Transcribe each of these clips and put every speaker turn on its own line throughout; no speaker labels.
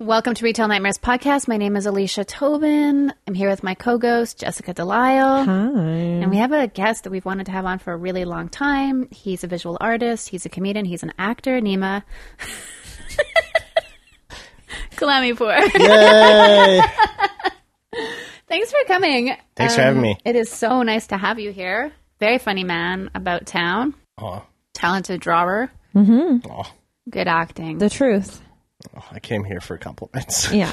Welcome to Retail Nightmares Podcast. My name is Alicia Tobin. I'm here with my co ghost, Jessica Delisle.
Hi.
And we have a guest that we've wanted to have on for a really long time. He's a visual artist, he's a comedian, he's an actor, Nima. Kalamipur.
Yay!
Thanks for coming. Um,
Thanks for having me.
It is so nice to have you here. Very funny man about town,
Oh,
talented drawer,
oh,
good acting.
The truth.
I came here for compliments.
Yeah.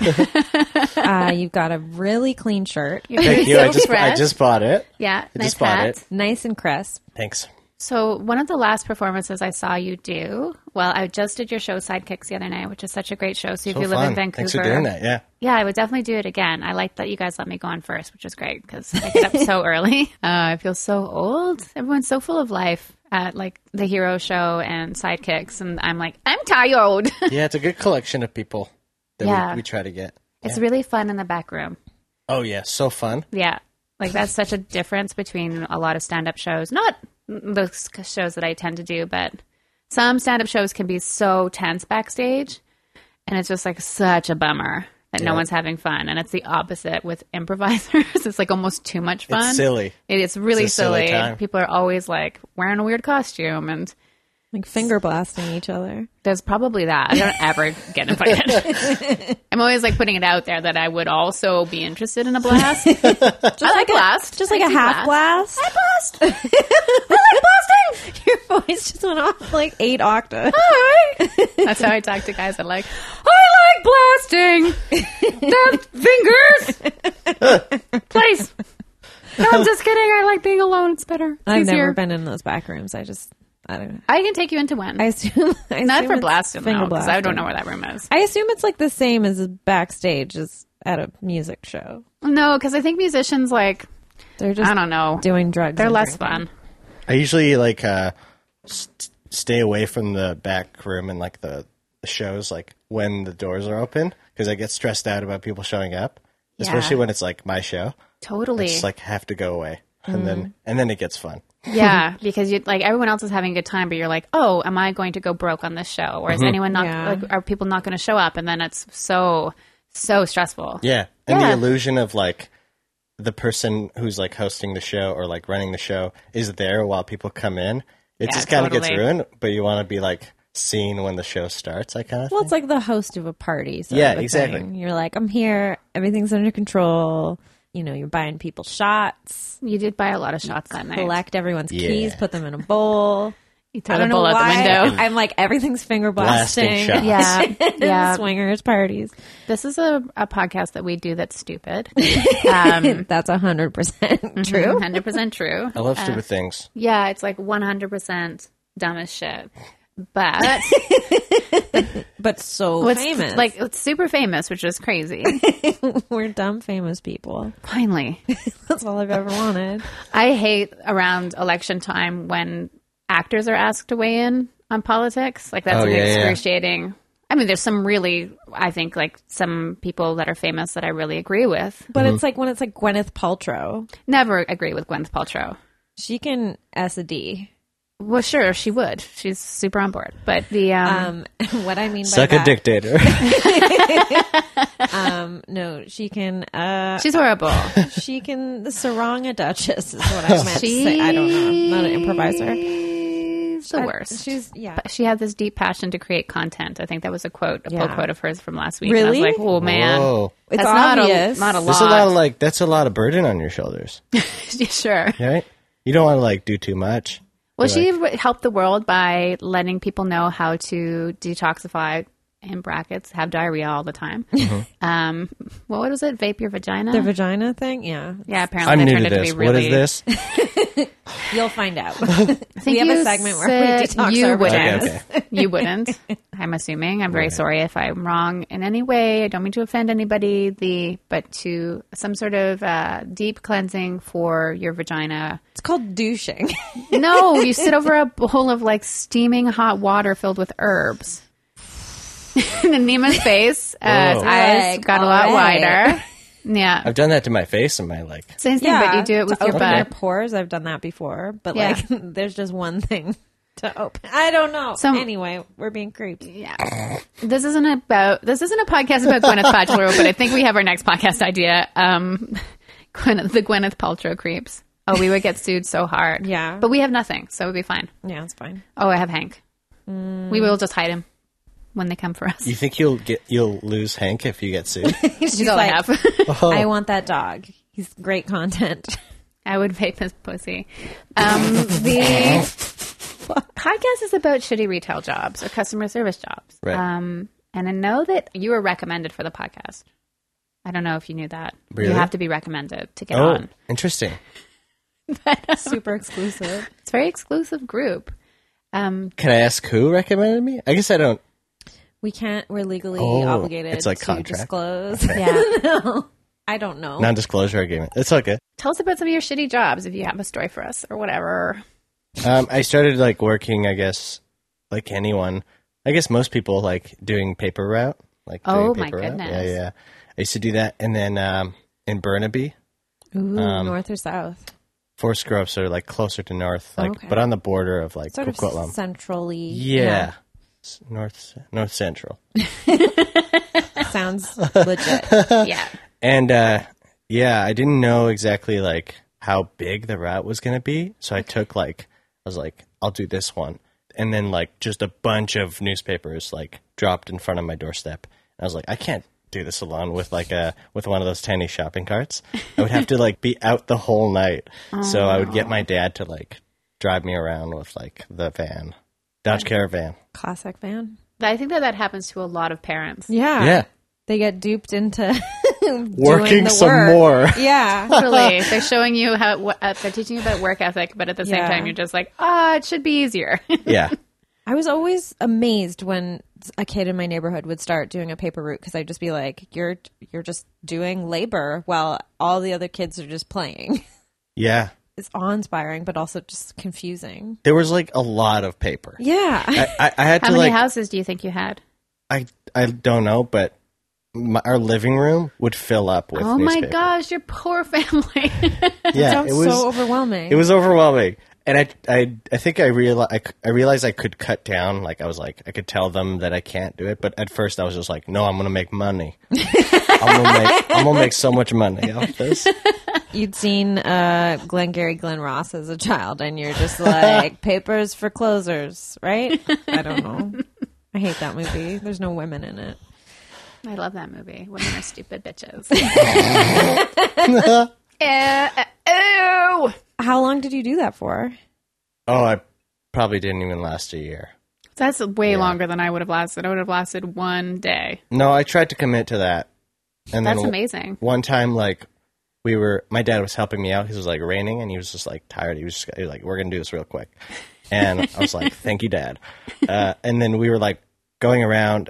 uh, you've got a really clean shirt.
You're
Thank you.
so
I just I
fresh.
just bought it.
yeah,
I
nice
just bought
hat.
it.
Nice and crisp.
Thanks.
So one of the last performances I saw you do, well, I just did your show Sidekicks the other night, which is such a great show. So if
So
you live
fun.
in Vancouver,
Thanks for doing that. Yeah.
yeah, I would definitely do it again. I like that you guys let me go on first, which is great because I get up so early. Uh, I feel so old. Everyone's so full of life at like the Hero Show and Sidekicks, and I'm like, I'm tired.
Yeah, it's a good collection of people that
Yeah.
we, we try to get.
it's really fun in the back room.
Oh yeah, so fun.
Yeah. Like that's such a difference between a lot of stand up shows. Not those shows that I tend to do, but some stand up shows can be so tense backstage and it's just like such a bummer that no
Yeah.
one's having fun. And it's the opposite with improvisers. it's like almost too much fun.
It's silly.
It is really
It's a
silly.
silly time.
People are always like wearing a weird costume and
Like finger blasting each other.
there's probably that. I don't ever get invited. I'm always like putting it out there that I would also be interested in a blast. I like blast.
Just like a
do
half
blast.
blast. I blast. I like blasting. Your voice just went off like eight octaves.
Oh, That's how I talk to guys. I'm like, I like blasting the fingers. Please. No, I'm just kidding. I like being alone. It's better. It's
I've
easier.
never been in those back rooms. I just, I don't know.
I can take you into one.
I assume. I
Not
assume
for
it's
blasting, though,
finger
'cause I don't
blasting.
know where that room is.
I assume it's like the same as backstage as at a music show.
No, because I think musicians, like,
They're just
I don't know.
doing drugs.
They're
and
less
drinking.
fun.
I usually like uh, st- stay away from the back room and like the the shows like when the doors are open because I get stressed out about people showing up,
Yeah.
especially when it's like my show. I
Totally.
just like have to go away, and
Mm-hmm.
then and then it gets fun.
yeah, because you like everyone else is having a good time, but you're like, oh, am I going to go broke on this show, or is anyone not?
Mm-hmm. Yeah.
Like, are people not going to show up? And then it's so so stressful.
Yeah. And
Yeah.
the illusion of like the person who's like hosting the show or like running the show is there while people come in. It
Yeah,
just kind of gets
totally.
ruined, but you want to be like seen when the show starts, I kind of
Well, it's like the host of a party. sort
Yeah,
of a
exactly.
thing. You're like, I'm here. Everything's under control. You know, you're buying people shots.
You did buy a lot of shots that night.
Collect everyone's
Yeah.
keys. Put them in a bowl.
You threw
I
the
don't know
bull out
why.
the window.
I'm like everything's finger
Blasting
blasting.
shots.
Yeah, yeah.
Swingers parties.
This is a, a podcast that we do that's stupid. Um,
That's
Mm-hmm.
hundred percent true.
100% true.
I love stupid things.
Yeah, it's like 100% dumb as shit. But
But so
what's
famous.
like it's super famous, which is crazy.
we're dumb famous people.
Finally.
That's all I've ever wanted.
I hate around election time when actors are asked to weigh in on politics. Like that's
Oh,
an
yeah, yeah.
excruciating. I mean, there's some really, I think, like some people that are famous that I really agree with.
But
Mm-hmm.
it's like when it's like Gwyneth Paltrow.
Never agree with Gwyneth Paltrow.
She can S a D.
Well, sure, she would. She's super on board. But the um,
Um, what I mean by
Suck
that,
a dictator.
Um, no, she can. Uh,
she's horrible.
she can. The Sarong a Duchess is what I
She's
meant to say. I don't know. I'm not an improviser.
She's the
I-
worst.
she's yeah.
But she had this deep passion to create content. I think that was a quote, a pull
Yeah.
quote of hers from last week.
Really?
And I was like, oh man,
Whoa.
It's
That's not a-
obvious.
Not a,
There's a lot of like that's a lot of burden on your shoulders,
sure.
right? You don't want to like do too much.
Well, she w helped the world by letting people know how to detoxify in brackets, have diarrhea all the time.
Mm-hmm.
Um, what was it? Vape your vagina?
The vagina thing. Yeah,
yeah, apparently
I'm
that
new
turned
to
out
this.
to be
What
really.
is this?
you'll find out.
I think
we have
you
a segment where we
said
detox
you
our
wouldn't.
vaginas.
You wouldn't. I'm assuming. I'm very sorry if I'm wrong in any way. I don't mean to offend anybody. The but to some sort of uh, deep cleansing for your vagina.
It's called douching.
No, you sit over a bowl of like steaming hot water filled with herbs. and Nima's face, uh, his
Whoa.
eyes
Like,
got a
all
lot
right.
wider. Yeah,
I've done that to my face and my like.
same thing, but you do it with
to
your
open
butt.
your pores. I've done that before, but
Yeah.
like, there's just one thing to open. I don't know.
Some-
anyway, we're being creeps.
Yeah. This isn't about this isn't a podcast about Gwyneth Paltrow, but I think we have our next podcast idea. Um Gwyneth, the Gwyneth Paltrow creeps. Oh, we would get sued so hard.
Yeah.
But we have nothing, so we'd be fine.
Yeah, it's fine.
Oh, I have Hank.
Mm.
We will just hide him when they come for us.
You think you'll get you'll lose Hank if you get sued? Oh.
She's all I
like-
have.
I want that dog. He's great content.
I would vape his pussy. Um, the podcast is about shitty retail jobs or customer service jobs.
Right.
Um, and I know that you were recommended for the podcast. I don't know if you knew that.
Really?
You have to be recommended to get
oh,
on.
interesting.
Super exclusive.
It's a very exclusive group. Um,
Can I ask who recommended me? I guess I don't.
We can't. We're legally
Oh,
obligated
it's like
to
contract.
disclose.
yeah.
I don't know.
Non-disclosure agreement. It's all good.
Tell us about some of your shitty jobs if you have a story for us or whatever.
Um, I started like working. I guess like anyone. I guess most people like doing paper route. Like
Oh,
doing paper
my
route.
goodness.
Yeah, yeah. I used to do that, and then um, in Burnaby,
Ooh,
Um,
north or south?
Forest Groves are like closer to north, like
Okay.
but on the border of like
Sort of
Coquitlam.
centrally.
Yeah. S- North North Central.
sounds legit.
yeah.
And uh yeah, I didn't know exactly like how big the route was going to be, so I took like I was like I'll do this one. And then like just a bunch of newspapers like dropped in front of my doorstep. And I was like I can't do this alone with like a with one of those tiny shopping carts. I would have to like be out the whole night. so I would get my dad to like drive me around with like the van. Dodge Caravan.
Classic van.
But I think that that happens to a lot of parents.
Yeah.
Yeah.
They get duped into doing
Working
the
some
work.
more.
Yeah.
Really, they're showing you how what, uh, they're teaching you about work ethic, but at the same
Yeah.
time, you're just like, ah, it should be easier.
Yeah.
I was always amazed when a kid in my neighborhood would start doing a paper route because I'd just be like, "You're you're just doing labor while all the other kids are just playing."
Yeah.
It's awe-inspiring, but also just confusing.
There was like a lot of paper.
Yeah.
I, I, I had
How
to
many
like
houses do you think you had?
I I don't know, but my, our living room would fill up with.
Oh my
newspaper.
gosh, your poor family.
Yeah,
sounds
it was
so overwhelming.
it was overwhelming, and I I I think I realized I, c- I realized I could cut down. Like I was like I could tell them that I can't do it, but at first I was just like, no, I'm gonna make money. I'm gonna make I'm gonna make so much money off this.
You'd seen uh, Glengarry Glen Ross as a child, and you're just like, papers for closers, right? I don't know. I hate that movie. There's no women in it.
I love that movie. Women are stupid bitches.
Oh,
Eh, eh, ew.
How long did you do that for?
Oh, I probably didn't even last a year.
That's way longer than I would have lasted. I would have lasted one day.
No, I tried to commit to that, and
That's
then
amazing.
one time like we were my dad was helping me out 'cause it was like raining and he was just like tired he was just he was like we're gonna do this real quick and i was like thank you dad uh, and then we were like going around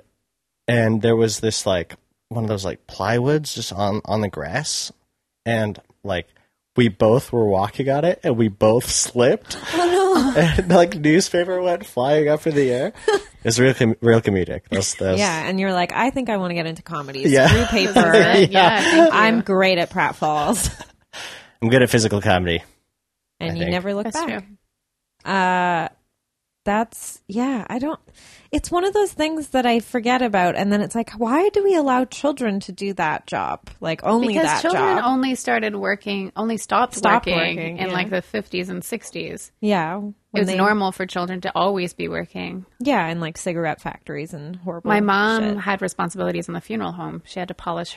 and there was this like one of those like plywoods just on on the grass and like we both were walking on it and we both slipped and like newspaper went flying up in the air it's real com- real comedic that's that's
Yeah, and you're like, I think I want to get into comedy.
Yeah.
Screw paper.
But yeah, thank you.
I'm great at pratfalls,
i'm good at physical comedy
and you
think.
never look
That's
back.
true.
uh that's yeah i don't it's one of those things that i forget about and then it's like why do we allow children to do that job like only
Because
that
children
job
only started working, only stopped,
Stopped
working,
working,
in
yeah.
like the 50s and 60s.
yeah when
It was
they-
normal for children to always be working.
yeah and like cigarette factories and horrible
My mom
shit.
had responsibilities in the funeral home. She had to polish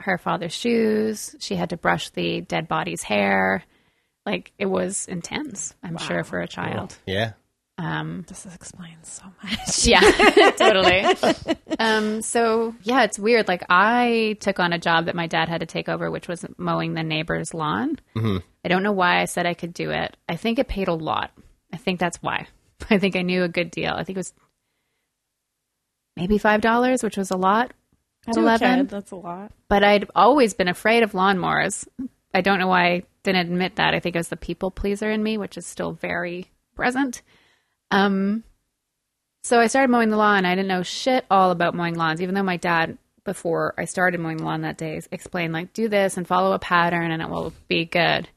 her father's shoes. She had to brush the dead body's hair. Like it was intense, I'm sure, for a child.
yeah
Um,
this explains so much
yeah, totally. Um, so yeah, it's weird. Like I took on a job that my dad had to take over, which was mowing the neighbor's lawn. I don't know why I said I could do it. I think it paid a lot. I think that's why. I think I knew a good deal. I think it was maybe five dollars, which was a lot. At eleven,
that's a lot
but I'd always been afraid of lawnmowers. I don't know why I didn't admit that. I think it was the people pleaser in me, which is still very present. Um, So I started mowing the lawn. I didn't know shit all about mowing lawns, even though my dad, before I started mowing the lawn that day, explained like, do this and follow a pattern and it will be good.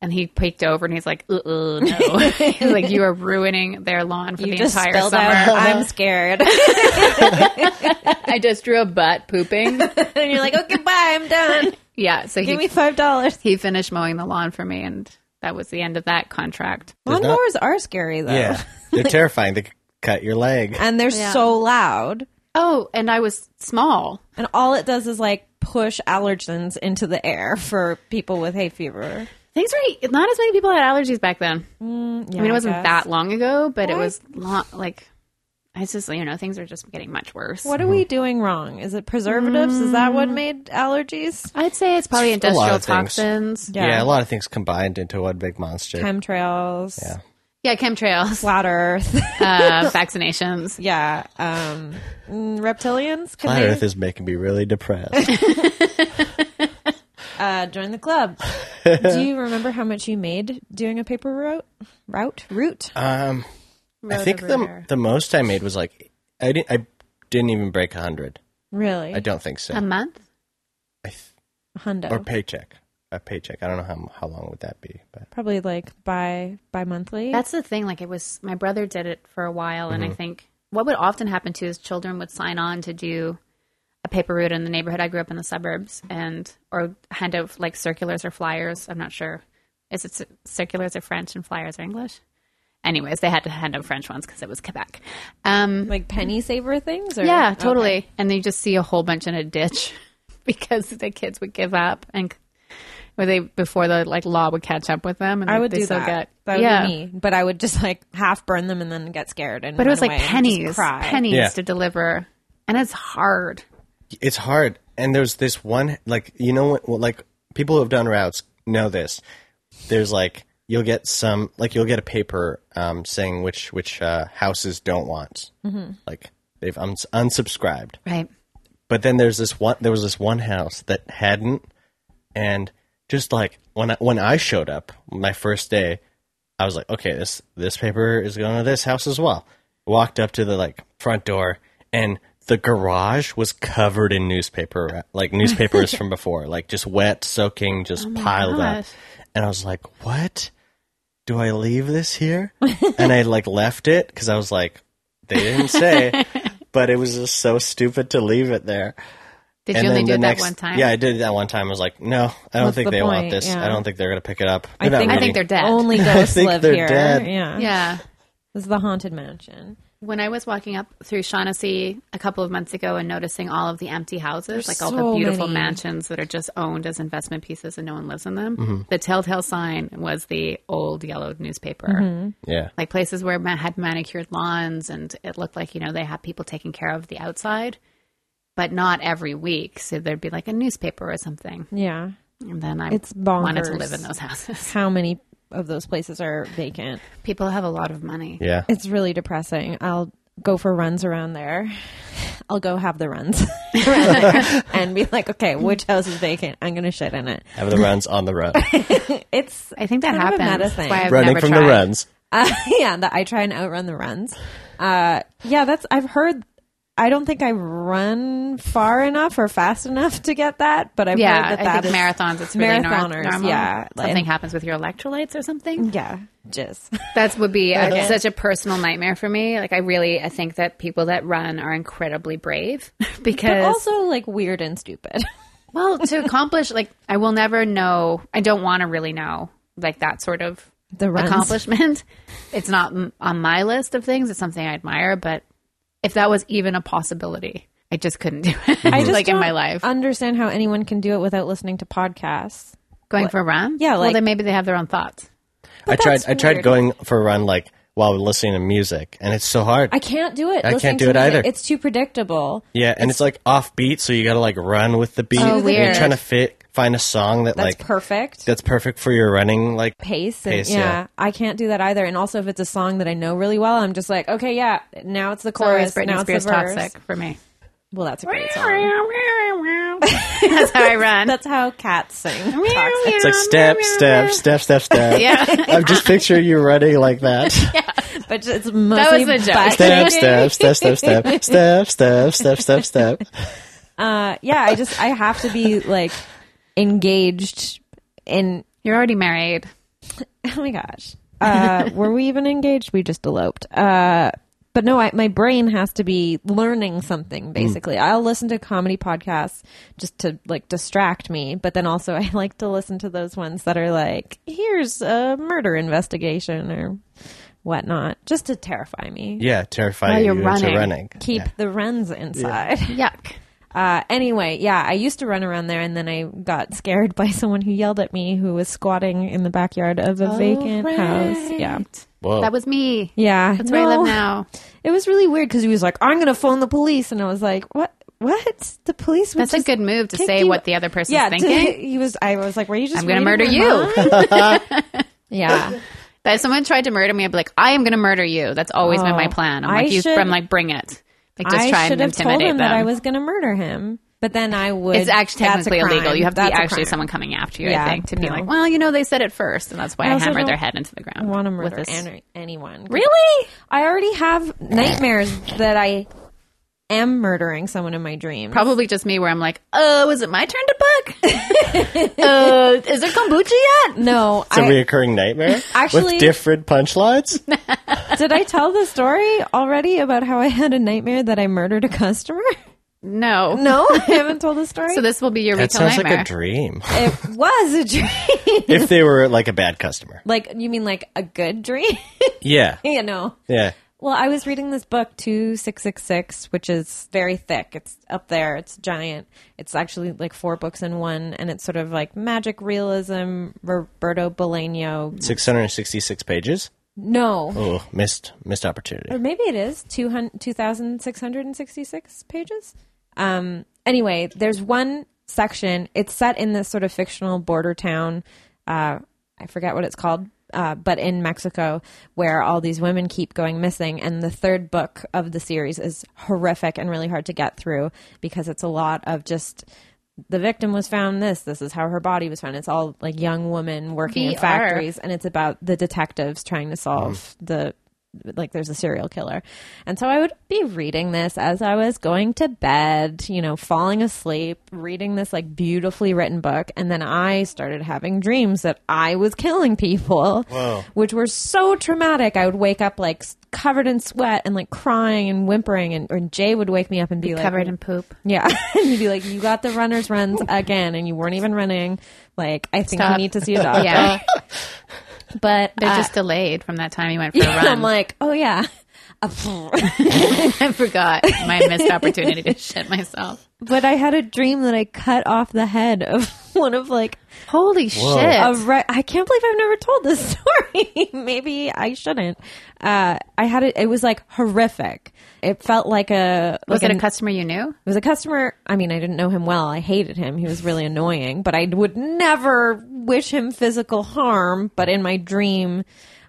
And he peeked over and he's like, uh, uh no, He's like you are ruining their lawn for the entire
spelled
summer.
out, I'm scared.
I just drew a butt pooping.
and you're like, okay, bye, I'm done.
yeah, so he
Give me five dollars.
he finished mowing the lawn for me, and that was the end of that contract.
There's not-
Lawnmowers are scary though.
Yeah. They're terrifying. They could cut your leg.
And they're so loud.
Oh, and I was small.
And all it does is like push allergens into the air for people with hay fever.
Things were not as many people had allergies back then. Mm, I mean, it wasn't that long ago, but it
Why?
was long. Like, it's just you know, things are just getting much worse.
What are we doing wrong? Is it preservatives? Is that
Mm.
what made allergies?
I'd say it's probably
a lot
industrial
of things.
toxins.
Yeah. a lot of things combined into one big monster.
Chemtrails,
Yeah.
Yeah, chemtrails,
flat Earth,
uh, vaccinations.
yeah, um, mm, reptilians. Can
Flat
they
Earth is making me really depressed.
uh, join the club? Do you remember how much you made doing a paper route? Route, route.
um, I think the, the most I made was like, I didn't, I didn't even break 100.
really,
I don't think so.
a month.
I th-
hundo.
or paycheck. A paycheck. I don't know how, how long would that be, but
Probably like bi bi monthly.
That's the thing. Like, it was my brother did it for a while, and I think what would often happen too is children would sign on to do a paper route in the neighborhood I grew up in the suburbs, and or hand out like circulars or flyers. I'm not sure. Is it cir- circulars are French and flyers are English? Anyways, they had to hand out French ones because it was Quebec. Um,
like penny saver things. Or?
yeah,
Okay.
totally. And you just see a whole bunch in a ditch because the kids would give up and where they before the like law would catch up with them. And
I
like,
would
they
do
still
that.
Get,
that would
yeah.
be me. But I would just like half burn them and then get scared. And
But it was
run
like
away and just
pennies,
cry.
pennies
Yeah.
to deliver, and it's hard.
it's hard. And there's this one, like, you know, what well, like people who have done routes know this. There's like, you'll get some, like, you'll get a paper um, saying which, which uh, houses don't want. Like, they've uns- unsubscribed.
Right.
but then there's this one there was this one house that hadn't and just like when I, when I showed up my first day I was like okay this this paper is going to this house as well walked up to the like front door and the garage was covered in newspaper ra- like newspapers from before like just wet soaking just piled
gosh.
up and I was like what do I leave this here? and I like left it because I was like, they didn't say, but it was just so stupid to leave it there.
Did
and
you only
then
do
the
that
next-
one time?
Yeah, I did it that one time. I was like, no, I don't
What's
think
the
they want
point?
this.
Yeah.
I don't think they're gonna pick it up. They're
I
not
think-
I
reading.
think they're dead.
Only ghosts
think
live
they're
here.
dead.
Yeah.
yeah.
This is the haunted mansion.
When I was walking up through Shaughnessy a couple of months ago and noticing all of the empty houses, like all
so
the beautiful
many.
mansions that are just owned as investment pieces and no one lives in them,
Mm-hmm.
the telltale sign was the old yellowed newspaper.
Mm-hmm.
yeah.
Like places where ma- had manicured lawns and it looked like, you know, they had people taking care of the outside, but not every week. So there'd be like a newspaper or something.
Yeah.
And then I
It's
wanted to
bonkers.
live in those houses.
How many of those places are vacant?
People have a lot of money.
Yeah.
It's really depressing. I'll go for runs around there. I'll go have the runs around there and be like, okay, which house is vacant? I'm going to shit in it.
Have the runs on the run,
It's,
I think that
Kind of a
happens.
meta
That's
thing.
why I've
running
never
from
tried.
the runs.
uh, yeah, that I try and outrun the runs. Uh, yeah, that's, I've heard, I don't think I run far enough or fast enough to get that, but I've
Yeah,
heard that
I
that
think
is-
marathons. It's really nor-
Marathoners,
normal.
yeah. Mm.
something happens with your electrolytes or something.
Yeah, jizz.
That would be a, such a personal nightmare for me. Like I really, I think that people that run are incredibly brave
But
because
also like weird and stupid.
well, to accomplish like I will never know. I don't want to really know like that sort of
The runs.
accomplishment. It's not m- on my list of things. It's something I admire, but if that was even a possibility, I just couldn't do it. I just like in
Mm-hmm. don't
my life.
Understand how anyone can do it without listening to podcasts.
Going for a run?
Yeah,
well,
like-
then maybe they have their own thoughts.
I tried.
that's
I tried
weird.
going for a run like while listening to music, and it's so hard.
I can't do it.
I
listening
can't do
to
it
music.
either.
It's too predictable.
yeah, and it's, like offbeat, so you gotta like run with the beat.
Oh,
And You're
weird.
trying to fit find a song that like
That's perfect.
that's perfect for your running like
pace. And,
Pace,
yeah,
yeah.
I can't do that either. And also, if it's a song that I know really well, I'm just like, okay, yeah, now it's the
Whereas
chorus.
Britney
now
Spears
it's the verse.
toxic for me.
Well, that's a great song.
That's how I run.
That's how cats sing. toxic.
It's like step, step, step, step, step.
Yeah.
I'm just picturing you running like that.
but just- it's mostly
was the joke.
butt
Step,
kicking.
step, step, step, step, step, step, step, step, step.
Uh, yeah, I just I have to be like engaged in.
You're already married.
Oh my gosh, uh, were we even engaged? We just eloped. Uh, but no, I, my brain has to be learning something. Basically, I'll listen to comedy podcasts just to like distract me, but then also I like to listen to those ones that are like, here's a murder investigation or whatnot, just to terrify me.
Yeah, terrify
While
you
you're
into
running.
running.
Keep the runs inside.
Yuck.
Uh, anyway, yeah, I used to run around there, and then I got scared by someone who yelled at me who was squatting in the backyard of a vacant house. Yeah,
Whoa.
That was me.
yeah,
That's where I live now.
It was really weird because he was like, "I'm gonna phone the police," and I was like, "What? What? The police?" Would
That's a
just
good move to
kick
say
you-
what the other person's
yeah, to-
thinking.
he was. I was like, "Were you just?
I'm gonna murder
reading my
you.
mind?" yeah,
But if someone tried to murder me, I'd be like, I am going to murder you. That's always been my
Oh,
plan. I'm
I
like, you,
should-
I'm like, bring it. Like, just try
I
and
should have told
intimidate
him
them.
that I was gonna murder him, but then I would.
it's actually
that's a
technically illegal.
crime.
You have to
That's
be
a
actually
crime.
someone coming after you,
Yeah,
I think, to be
no.
like, well, you know, they said it first, and that's why
I
I,
also
hammered their
don't
head into the ground.
want to
with
murder
this-
any- anyone.
Really?
I already have nightmares that I am murdering someone in my dream.
Probably just me, where I'm like, oh, is it my turn to book? uh, is it kombucha yet?
No,
It's a
I,
reoccurring nightmare.
Actually-
with different punchlines.
did I tell the story already about how I had a nightmare that I murdered a customer?
No.
No, I haven't told the story.
So this will be your
That
retail
sounds
nightmare.
like a dream.
it was a dream.
if they were like a bad customer.
like you mean like a good dream?
Yeah,
you know.
yeah.
Well, I was reading this book, 2666, which is very thick. It's up there, it's giant. It's actually like four books in one, and it's sort of like magic realism, Roberto Bolaño.
Six hundred and sixty-six pages.
No.
Oh, missed missed opportunity.
Or maybe it is 200 2,666 pages. Um, anyway, there's one section. It's set in this sort of fictional border town. Uh, I forget what it's called, uh, but in Mexico, where all these women keep going missing. And the third book of the series is horrific and really hard to get through because it's a lot of just. The victim was found this. This is how her body was found. It's all like young women working in
VR.
factories, and it's about the detectives trying to solve the like there's a serial killer. And so I would be reading this as I was going to bed, you know, falling asleep, reading this like beautifully written book. And then I started having dreams that I was killing people,
Oh.
which were so traumatic. I would wake up like s- covered in sweat and like crying and whimpering. And or Jay would wake me up and be, like,
Covered in poop.
yeah. and you'd be like, you got the runner's runs again and you weren't even running. Like, I think you
Stop.
need to see a doctor.
Yeah.
But
They're
uh,
just delayed from that time you went for a run.
I'm like, oh yeah. Uh,
I forgot my missed opportunity to shit myself.
But I had a dream that I cut off the head of one of like
Holy shit.
a re- I can't believe I've never told this story. Maybe I shouldn't. Uh, I had it. It was like horrific. It felt like a
was
like
it
an-
a customer you knew?
it was a customer. I mean, I didn't know him well. I hated him. He was really annoying, but I would never wish him physical harm. But in my dream,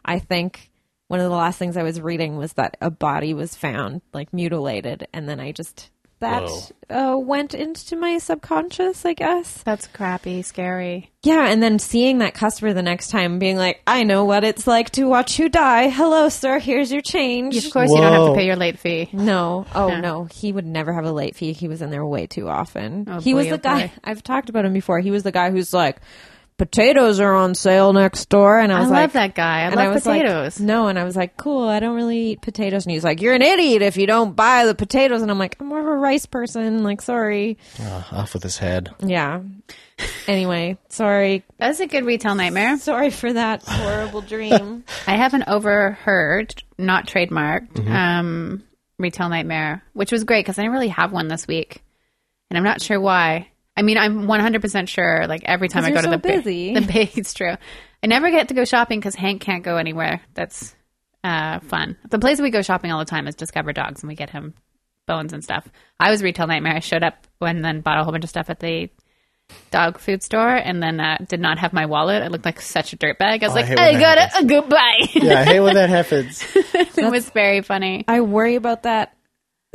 I think one of the last things I was reading was that a body was found, like mutilated. And then I just, that uh, went into my subconscious, I guess.
That's crappy, scary.
Yeah. And then seeing that customer the next time being like, I know what it's like to watch you die. Hello, sir. Here's your change.
Of course, you don't have to
Whoa.
pay your late fee.
No. Oh no, he would never have a late fee. He was in there way too often.
Oh,
he
boy,
was
oh,
the guy
boy.
I've talked about him before. He was the guy who's like, potatoes are on sale next door, and I
I,
was
love
like.
that guy. I
and I
love
was
potatoes.
like, no, and I was like, cool. I don't really eat potatoes, and he's like, you're an idiot if you don't buy the potatoes. And I'm like, I'm more of a rice person. Like, sorry,
Oh, off with his head.
yeah. anyway, sorry,
That's a good retail nightmare.
sorry for that horrible dream.
I have an overheard, not trademarked, um, retail nightmare, which was great because I didn't really have one this week, and I'm not sure why. I mean, I'm 100% sure. Like every time I
'Cause
go
you're
to the
so
ba-
busy.
the big, it's true. I never get to go shopping because Hank can't go anywhere. That's uh, fun. The place we go shopping all the time is Discover Dogs, and we get him bones and stuff. I was retail nightmare. I showed up and then bought a whole bunch of stuff at the dog food store, and then uh, did not have my wallet. I looked like such a dirtbag. I was
Oh, I
like,
hate
I,
when that
got it. goodbye.
Yeah, I hate when that happens.
it was very funny.
I worry about that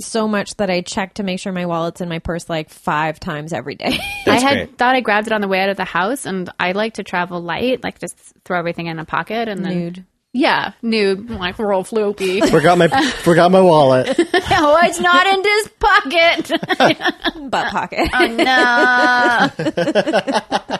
so much that I check to make sure my wallet's in my purse like five times every day.
I
That's
had
great.
thought I grabbed it on the way out of the house, and I like to travel light, like just throw everything in a pocket and then
Nude.
Yeah, noob, like roll floopy.
Forgot my forgot my wallet.
oh, it's not in his pocket. Uh,
butt pocket.
no,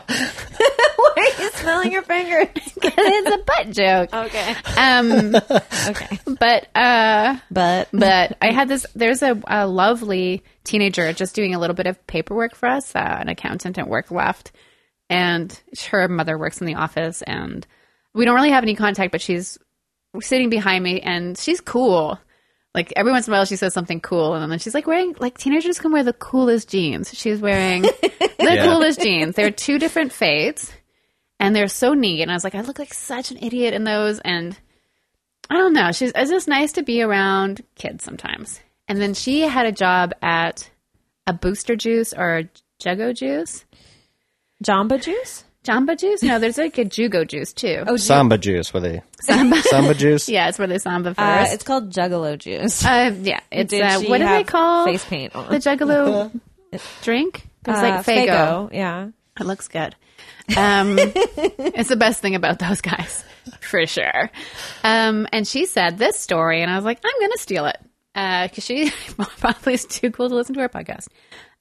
Why are you smelling your fingers?
it's a butt joke.
okay.
Um,
Okay.
but uh,
But
but I had this. There's a, a lovely teenager just doing a little bit of paperwork for us. Uh, an accountant at work left, and her mother works in the office, and we don't really have any contact. But she's sitting behind me, and she's cool. Like every once in a while, she says something cool, and then she's like wearing like teenagers can wear the coolest jeans. She's wearing the coolest jeans. They're two different fades, and they're so neat. And I was like, I look like such an idiot in those, and. I don't know. She's it's just nice to be around kids sometimes. And then she had a job at a Booster Juice or a Jugo Juice,
Jamba juice?
Jamba Juice. No, there's like a Jugo Juice too.
Oh,
Samba juice were they? Samba, juice.
Yeah, it's where they samba
Uh,
first.
it's called Juggalo juice.
Uh, yeah, it's
Did
uh,
she
what do they
have
call
face paint on?
the Juggalo drink? It was like
Uh,
Fago.
Yeah.
It looks good. Um, it's the best thing about those guys, for sure. Um, and she said this story, and I was like, I'm going to steal it because she probably is too cool to listen to our podcast.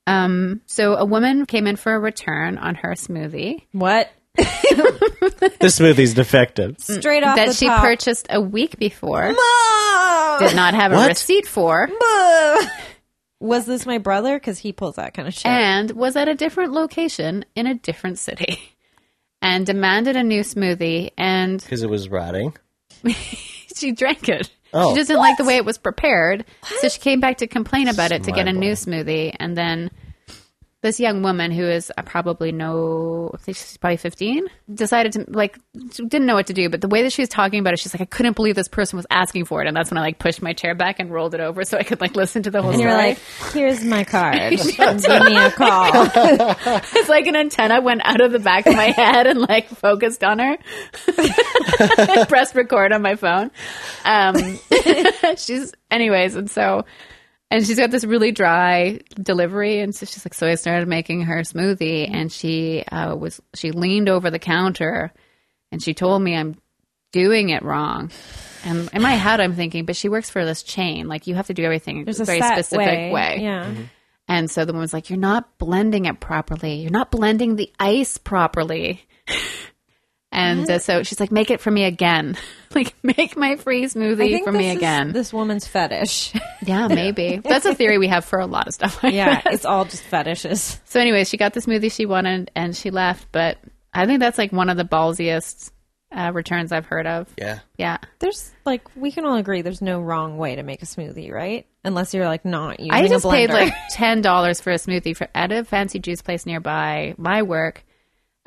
Um, so a woman came in for a return on her smoothie
What?
This smoothie's defective.
Straight off the
that she
top.
purchased a week before,
Mom!
did not have a
What?
receipt for,
Was this my brother? Because he pulls that kind of shit.
and was at a different location in a different city, and demanded a new smoothie and.
Because it was rotting.
she drank it.
Oh.
She doesn't like the way it was prepared. So she came back to complain about it to get a new smoothie. And then this young woman, who is uh, probably no, I think she's probably 15, decided to, like, she didn't know what to do. But the way that she was talking about it, she's like, I couldn't believe this person was asking for it. And that's when I, like, pushed my chair back and rolled it over so I could, like, listen to the whole
and you're
story.
like, here's my card. Give me a call.
it's like an antenna went out of the back of my head and, like, focused on her. pressed record on my phone. Um, she's, anyways, and so, and she's got this really dry delivery, and so she's like, so I started making her smoothie, and she uh, was she leaned over the counter, and she told me I'm doing it wrong. And in my head, I'm thinking, but she works for this chain. Like you have to do everything
There's
a
a
very
set
specific way. Mm-hmm.
Yeah.
And so the woman's like, You're not blending it properly. You're not blending the ice properly. and uh, so she's like, Make it for me again. like, make my free
I
smoothie
think
for
this
me
is
again.
This woman's fetish.
yeah, maybe. That's a theory we have for a lot of stuff. Like
yeah,
that.
it's all just fetishes.
So, anyway, she got the smoothie she wanted and she left. But I think that's like one of the ballsiest uh, returns I've heard of.
Yeah.
Yeah.
There's like we can all agree there's no wrong way to make a smoothie, right? Unless you're like not using
I just
a blender.
paid like ten dollars for a smoothie for at a fancy juice place nearby my work.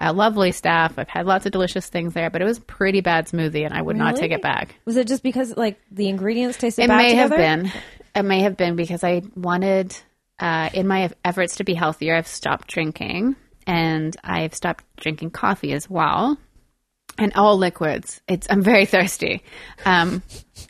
Uh, lovely staff. I've had lots of delicious things there, but it was a pretty bad smoothie, and I would not
Really?
take it back.
Was it just because like the ingredients tasted
It
bad
may
together?
have been. It may have been because I wanted, uh, in my efforts to be healthier, I've stopped drinking, and I've stopped drinking coffee as well, and all liquids. It's I'm very thirsty, um,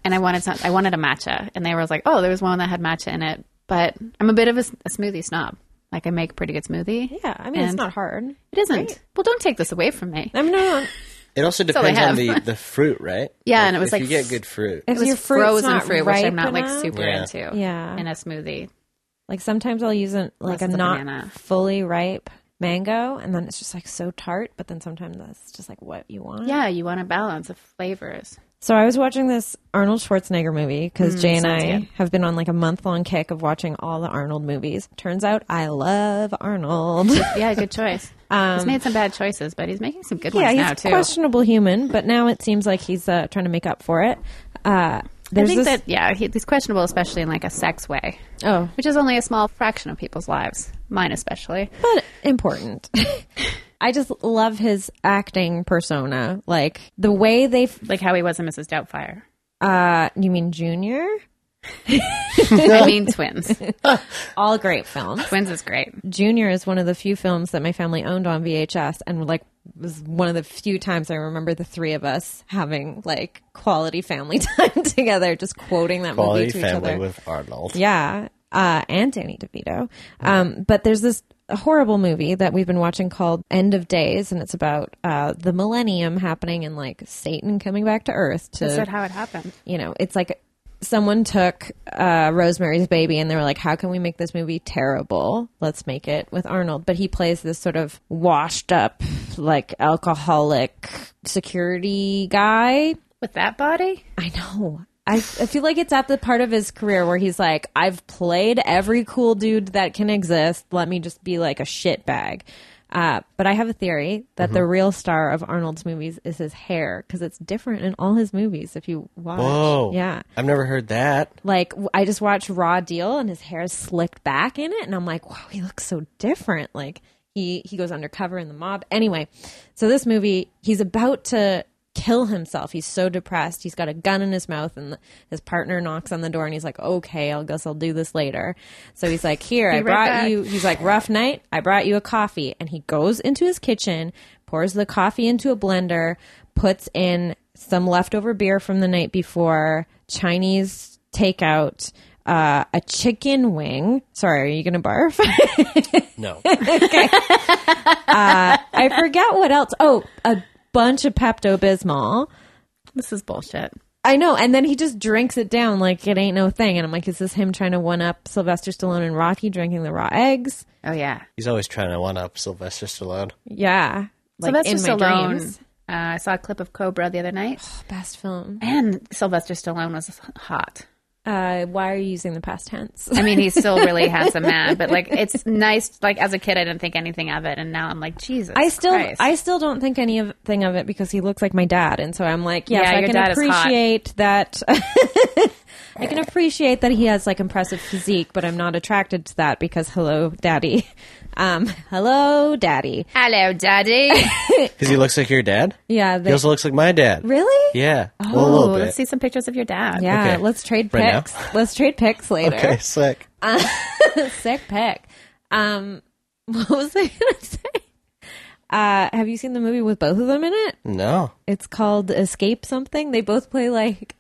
and I wanted some, I wanted a matcha, and they were like, oh, there was one that had matcha in it, but I'm a bit of a, s- a smoothie snob. Like I make a pretty good smoothie.
Yeah, I mean it's
And-
not hard.
It isn't. Well, don't take this away from me.
I mean, no, no, no.
It also
all I
depends on the,
have.
the fruit, right?
Yeah, and it was
if
like
you get good fruit.
If
It was
your fruit's
frozen
not
fruit, which I'm
ripe
not like
enough-
super
Yeah.
into.
Yeah.
in a smoothie.
Like sometimes I'll use an, like a
it's a
not
banana.
fully ripe mango, and then it's just like so tart. But then sometimes that's just like what you want.
Yeah, you want a balance of flavors.
So I was watching this Arnold Schwarzenegger movie
Mm,
because Jay and I have been on like a month long kick of watching all the Arnold movies. Turns out I love Arnold.
Yeah, good choice. he's made some bad choices, but he's making some good
yeah,
ones
he's
now
a
too.
questionable human, but now it seems like he's uh, trying to make up for it. Uh,
I
there's
think
this,
that yeah, he, he's questionable, especially in like a sex way,
oh,
which is only a small fraction of people's lives. Mine especially.
but important. I just love his acting persona, like the way they. f-
Like how he was in Mrs. Doubtfire.
Uh, you mean Junior?
I mean, Twins.
All great films.
Twins is great.
Junior is one of the few films that my family owned on VHS, and like was one of the few times I remember the three of us having like quality family time together, just quoting that
Quality
movie to each
family
other.
with Arnold.
yeah, uh, and Danny DeVito. Um, but there's this a horrible movie that we've been watching called End of Days, and it's about uh, the millennium happening and like Satan coming back to Earth to
Is that how it happened?
you know, it's like someone took uh, Rosemary's Baby and they were like, how can we make this movie terrible? Let's make it with Arnold. But he plays this sort of washed up, like alcoholic security guy.
With that body?
I know. I, I feel like it's at the part of his career where he's like, I've played every cool dude that can exist. Let me just be like a shit bag. Uh, but I have a theory that the real star of Arnold's movies is his hair because it's different in all his movies. If you watch,
Whoa.
yeah,
I've never heard that.
like w- I just watched Raw Deal and his hair is slicked back in it, and I'm like, wow, he looks so different. Like he he goes undercover in the mob. Anyway, so this movie, he's about to kill himself. He's so depressed. He's got a gun in his mouth, and the, his partner knocks on the door, and he's like, okay, I guess I'll do this later. So he's like, here, I
right
brought
back.
you. He's like, rough night. I brought you a coffee, and he goes into his kitchen, pours the coffee into a blender, puts in some leftover beer from the night before, Chinese takeout, uh, a chicken wing. Sorry, are you gonna barf?
No.
I forget what else. Oh, a bunch of Pepto Bismol.
This is bullshit.
I know, and then he just drinks it down like it ain't no thing. And I'm like, is this him trying to one up Sylvester Stallone and Rocky drinking the raw eggs?
Oh yeah.
He's always trying to one up Sylvester Stallone.
Yeah, like
Sylvester
in my
Stallone.
dreams.
Uh, I saw a clip of Cobra the other night,
Best film.
and Sylvester Stallone was hot.
Uh, why are you using the past tense?
I mean, he's still really a handsome man, but like, it's nice. Like as a kid, I didn't think anything of it, and now I'm like, Jesus.
I still,
Christ.
I still don't think any of thing of it because he looks like my dad, and so I'm like, yes,
Yeah,
I
your
can
dad is hot.
appreciate that. I can appreciate that he has like impressive physique, but I'm not attracted to that because hello, daddy. Um, hello, daddy.
Hello, Daddy.
Because he looks like your dad?
Yeah,
He
they,
also looks like my dad.
really?
Yeah. Well, a
Oh,
little bit.
let's see some pictures of your dad.
Yeah,
Okay.
let's trade
Right now?
pics. let's trade pics later.
Okay, sick.
Sick pic. Um, what was I gonna say? Uh, have you seen the movie with both of them in it?
No.
It's called Escape Something. They both play like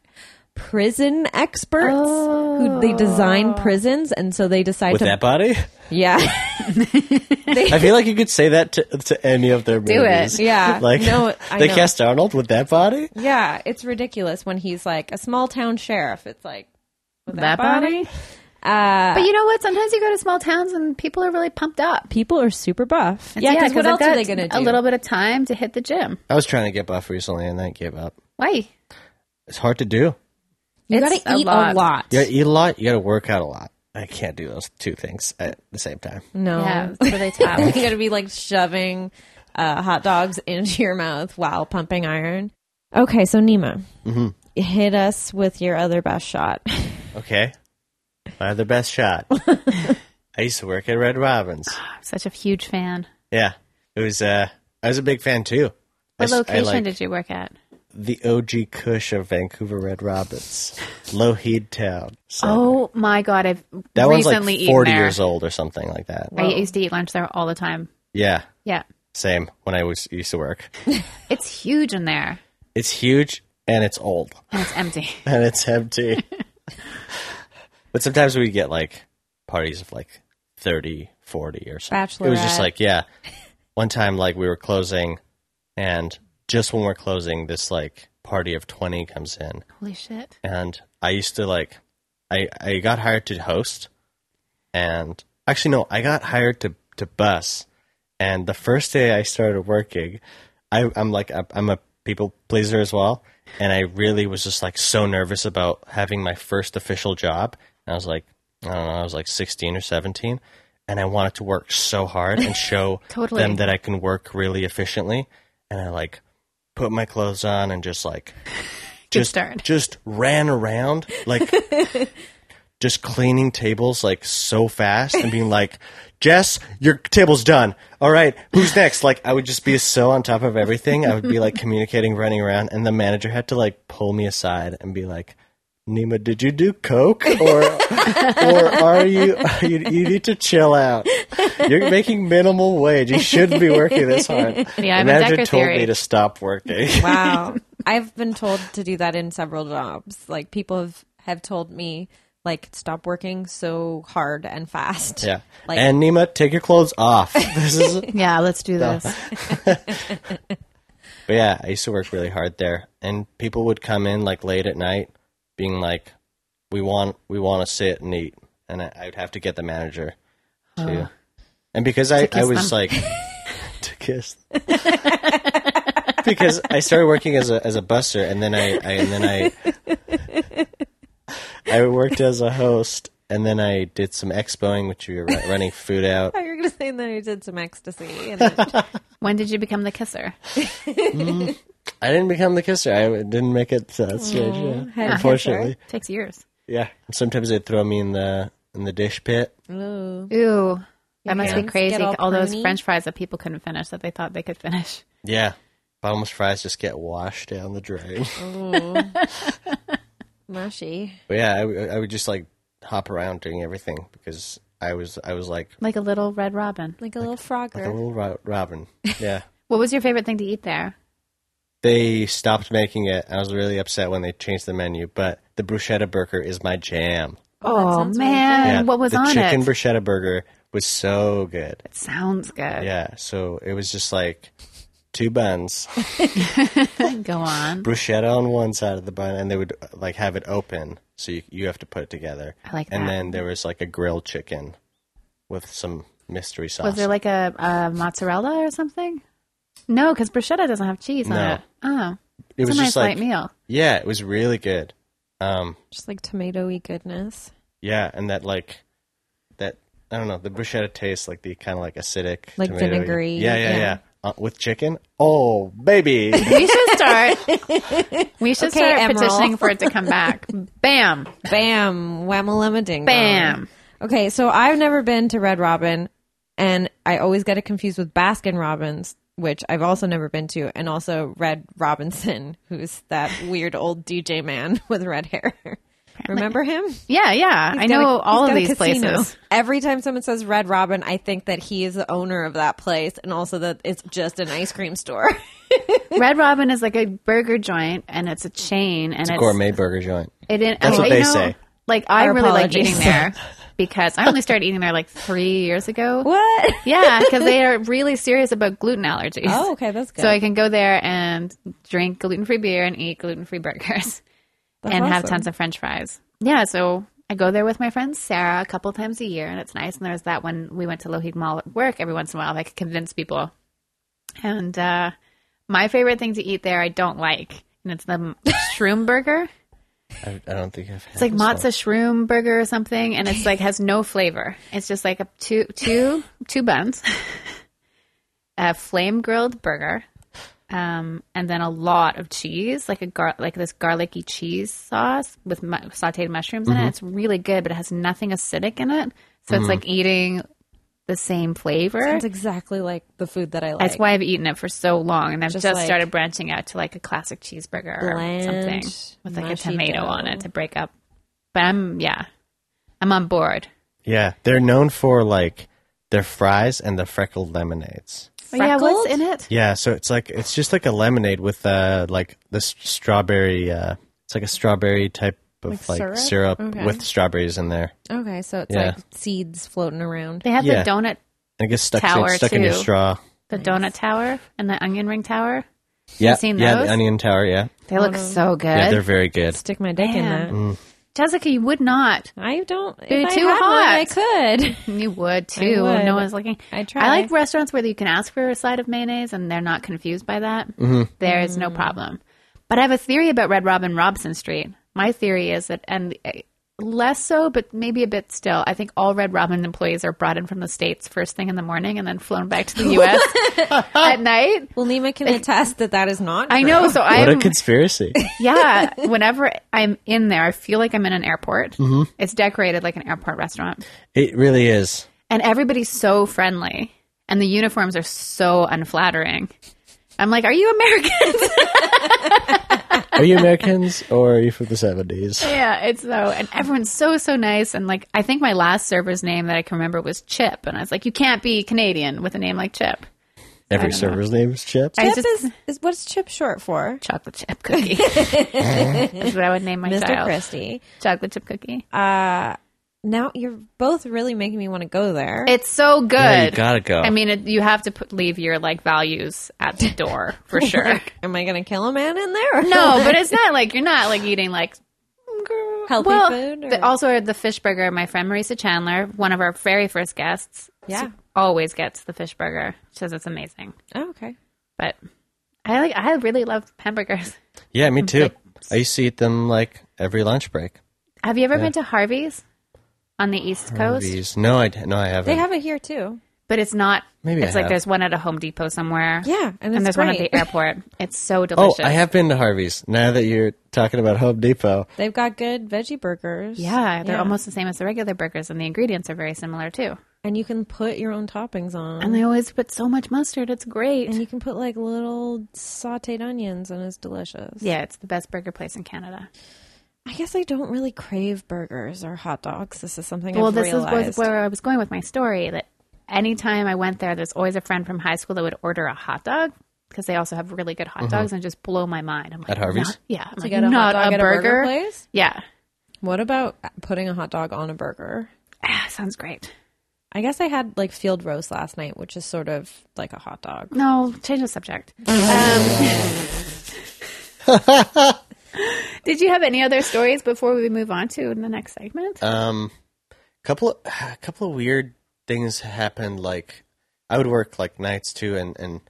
prison experts who they
Oh.
design prisons, and so they decide
With
to
that body?
yeah,
I feel like you could say that to, to any of their
Do it.
movies.
Yeah.
Like,
No, I
they
know.
cast Arnold with that body?
yeah. It's ridiculous when he's like a small town sheriff. It's like with
That body?
Uh,
But you know what? Sometimes you go to small towns and people are really pumped up.
people are super buff. Yeah, because what
I've
else are
got
they gonna do?
A little bit of time to hit the gym.
I was trying to get buff recently and then I gave up.
Why?
It's hard to do.
you
It's
gotta
a
eat a
lot.
lot.
You gotta eat a lot, you gotta work out a lot. I can't do those two things at the same time.
No,
Yeah, that's what they taught.
you gotta be like shoving uh, hot dogs into your mouth while pumping iron. Okay, so Nima,
Mm-hmm.
hit us with your other best shot.
Okay. I had the best shot. I used to work at Red Robin's.
I'm such a huge fan.
Yeah. It was, uh, I was a big fan too.
What
I s- I
location
like-
did you work at?
the OG Kush of Vancouver Red Robins, Lougheed Town. So
Oh my god, I've
that one's like
recently
forty
eaten there.
years old or something like that.
I used to eat lunch there all the time.
Yeah,
Yeah.
same when I was used to work.
It's huge in there
It's huge and it's old
and it's empty.
and it's empty. but sometimes we get like parties of like 30, 40 or something. It was just
Bachelorette.
like yeah. One time like we were closing, and just when we're closing, this like party of twenty comes in,
Holy shit.
and I used to like I I got hired to host and actually no, I got hired to to bus and the first day I started working, I I'm like a, I'm a people pleaser as well and I really was just like so nervous about having my first official job. And I was like I don't know, I was like 16 or 17 and I wanted to work so hard and show
Totally.
them that I can work really efficiently and I like put my clothes on and just like just
started.
just ran around like just cleaning tables like so fast and being like jess your table's done all right who's next like i would just be so on top of everything i would be like communicating running around and the manager had to like pull me aside and be like nima did you do coke or or are you, are you you need to chill out you're making minimal wage you shouldn't be working this hard
Yeah,
the
I'm a
manager
Decker
told me
theory.
to stop working
Wow, I've been told to do that in several jobs. Like people have have told me like stop working so hard and fast.
Yeah.
Like-
and Nima, take your clothes off. This is but
Yeah, let's do this.
yeah, I used to work really hard there. And people would come in like late at night being like, We want we want to sit and eat and I, I'd have to get the manager to and because I, I
kiss
was
them.
like to kiss because I started working as a as a buster and then I, I and then I I worked as a host and then I did some expoing which we were ru- running food out
I thought you were gonna say and then you did some ecstasy and then
When did you become the kisser?
I didn't become the kisser. I didn't make it to that stage. Yeah.
head
Unfortunately,
takes years.
yeah. Sometimes they'd throw me in the in the dish pit.
Ooh.
Ooh. That must be
hands
crazy.
get
All,
all
those
pruny.
french fries that people couldn't finish that they thought they could finish.
Yeah, bottomless fries just get washed down the drain.
mushy.
but yeah, I, w- I would just like hop around doing everything because I was I was like
Like a little red robin.
Like a little
like a
frogger.
little ro- robin. Yeah.
What was your favorite thing to eat there?
They stopped making it. I was really upset when they changed the menu, but the bruschetta burger is my jam.
Oh,
sounds really
man.
Yeah,
what was
the
on
chicken
it?
bruschetta burger was so good.
it sounds good.
Yeah, so it was just like two buns,
Go on.
bruschetta on one side of the bun, and they would uh, like have it open, so you you have to put it together.
I like
And
that.
then there was like a grilled chicken with some mystery sauce.
Was there like a, a mozzarella or something? No, because bruschetta doesn't have cheese on
No.
it. Oh,
it
it's
was
a nice
just like
light meal.
yeah, it was really good. Um,
Just like tomatoey goodness.
yeah, and that like that I don't know the bruschetta tastes like the kind of like acidic,
Like
tomato-y-
vinegary,
Yeah, yeah, yeah.
yeah.
Uh, with chicken, oh baby,
We should start. We should
Okay,
start
Emerald.
petitioning for it to come back. Bam,
Bam, whammalama ding.
bam.
Okay, so I've never been to Red Robin, and I always get it confused with Baskin Robbins, which I've also never been to, and also Red Robinson, who's that weird old DJ man with red hair. Remember him?
Yeah, yeah. I
He's got
know
a-
all
he's
of
got a
these
casino.
places.
Every time someone says Red Robin, I think that he is the owner of that place, and also that it's just an ice cream store.
Red Robin is like a burger joint, and it's a chain, and it's,
gourmet burger joint.
It didn't,
That's
oh,
what
you
they
know,
say.
Like I
Our
really like
apologies.
eating there because I only started eating there like three years ago.
what?
Yeah, because they are really serious about gluten allergies.
Oh, okay, that's good.
So I can go there and drink gluten free beer and eat gluten free burgers
That's
and have
awesome.
tons of french fries. Yeah, so I go there with my friend Sarah a couple times a year and it's nice. And there was that when we went to Lohig Mall at work every once in a while, I could convince people. And uh, my favorite thing to eat there, I don't like, and it's the shroom burger.
I, I don't think I've had
It's like
this one.
matzo shroom burger or something, and it's like has no flavor. It's just like a two two two buns, a flame grilled burger, um, and then a lot of cheese, like a gar- like this garlicky cheese sauce with mu- sautéed mushrooms in it. It's really good, but it has nothing acidic in it, so it's like eating the same flavor.
It's exactly like the food that I like.
That's why I've eaten it for so long, and I've just,
Just like-
started branching out to like a classic cheeseburger or
Bland,
something with like a
mushy
tomato
dough.
on it to break up. But I'm yeah, I'm on board.
Yeah, they're known for like their fries and the freckled lemonades.
Oh, Yeah, what's
Freckled?
in it?
Yeah, so it's like it's just like a lemonade with uh like this strawberry. uh It's like a strawberry type of
Like
like,
syrup?
syrup,
Okay.
with strawberries in there,
Okay, so it's
Yeah.
like seeds floating around.
They have
Yeah.
the donut,
and it gets stuck
Tower,
stuck in your
too.
straw.
the donut tower, and the onion ring tower.
Yeah,
seen
yeah,
those?
the onion tower. Yeah,
They look so good.
yeah, they're very good.
Stick my dick
Man.
in that.
Jessica, you would not.
I don't. If
Be
I
too
had One, I could.
You would too.
would.
No one's looking.
I'd try.
I like restaurants where you can ask for a side of mayonnaise and they're not confused by that.
Mm-hmm.
There is no problem. But I have a theory about Red Robin Robson Street. My theory is that, and uh, less so, but maybe a bit still, I think all Red Robin employees are brought in from the States first thing in the morning and then flown back to the U.S. at night.
Well, Nima can attest that that is not.
I know, so
What a
I'm
conspiracy!
yeah. Whenever I'm in there, I feel like I'm in an airport.
Mm-hmm.
It's decorated like an airport restaurant.
it really is.
and everybody's so friendly and the uniforms are so unflattering i'm like are you american
Are you Americans or are you from the seventies?
yeah it's so and everyone's so so nice and like i think my last server's name that i can remember was chip and i was like you can't be canadian with a name like chip
Every server's name is Chips.
I
Chip
just-
is, is what's Chip short for?
Chocolate chip cookie. That's what I would name my
Mr.
child.
Christie.
Chocolate chip cookie.
Now you're both really making me want to go there.
it's so good.
Yeah, you gotta go.
I mean, it, you have to put, leave your like values at the door for sure.
Am I going to kill a man in there?
no, but it's not like you're not like eating like
healthy
well,
food. Or?
the- also the fish burger. My friend Marisa Chandler, one of our very first guests,
Yeah.
always gets the fish burger. She says it's amazing,
oh, okay.
but I like I really love hamburgers.
yeah, me too. I used to eat them like every lunch break.
Have you ever been to Harvey's on the East Coast?
Movies. No, I no, I haven't.
They have it here too.
But it's not.
Maybe I
it's like
have.
there's one at a Home Depot somewhere.
Yeah, and,
and
it's
there's one at
great.
the airport. It's so
oh,
delicious.
I have been to Harvey's. Now that you're talking about Home Depot,
They've got good veggie burgers.
Yeah, they're almost the same as the regular burgers, and the ingredients are very similar too.
and you can put your own toppings on.
And they always put so much mustard. It's
And
great.
you can put like little sauteed onions and it's delicious.
Yeah, it's the best burger place in Canada.
I guess I don't really crave burgers or hot dogs. This is something
well,
I've
this
realized.
is was where I was going with my story that anytime I went there, there's always a friend from high school that would order a hot dog because they also have really good hot dogs and just blow my mind. I'm like,
Mm-hmm. At Harvey's?
"Not- yeah, I'm
you
like,
get a hot
not
dog
a
at a burger
burger
place?
Yeah,
What about putting a hot dog on a burger?
Ah, sounds great.
I guess I had like field roast last night, which is sort of like a hot dog.
No, change the subject. Um, Did you have any other stories before we move on to the next segment?
um, couple of, a couple of weird things happened. Like I would work like nights too, and and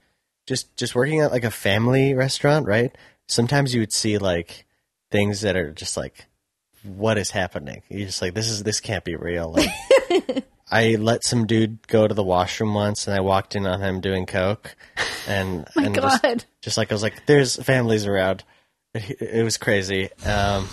just just working at like a family restaurant, right? Sometimes you would see like things that are just like, what is happening? You're just like, this is this can't be real. Like, I let some dude go to the washroom once, and I walked in on him doing coke, and
Oh My
and just-
God.
just like I was like, there's families around. It, it was crazy. Um,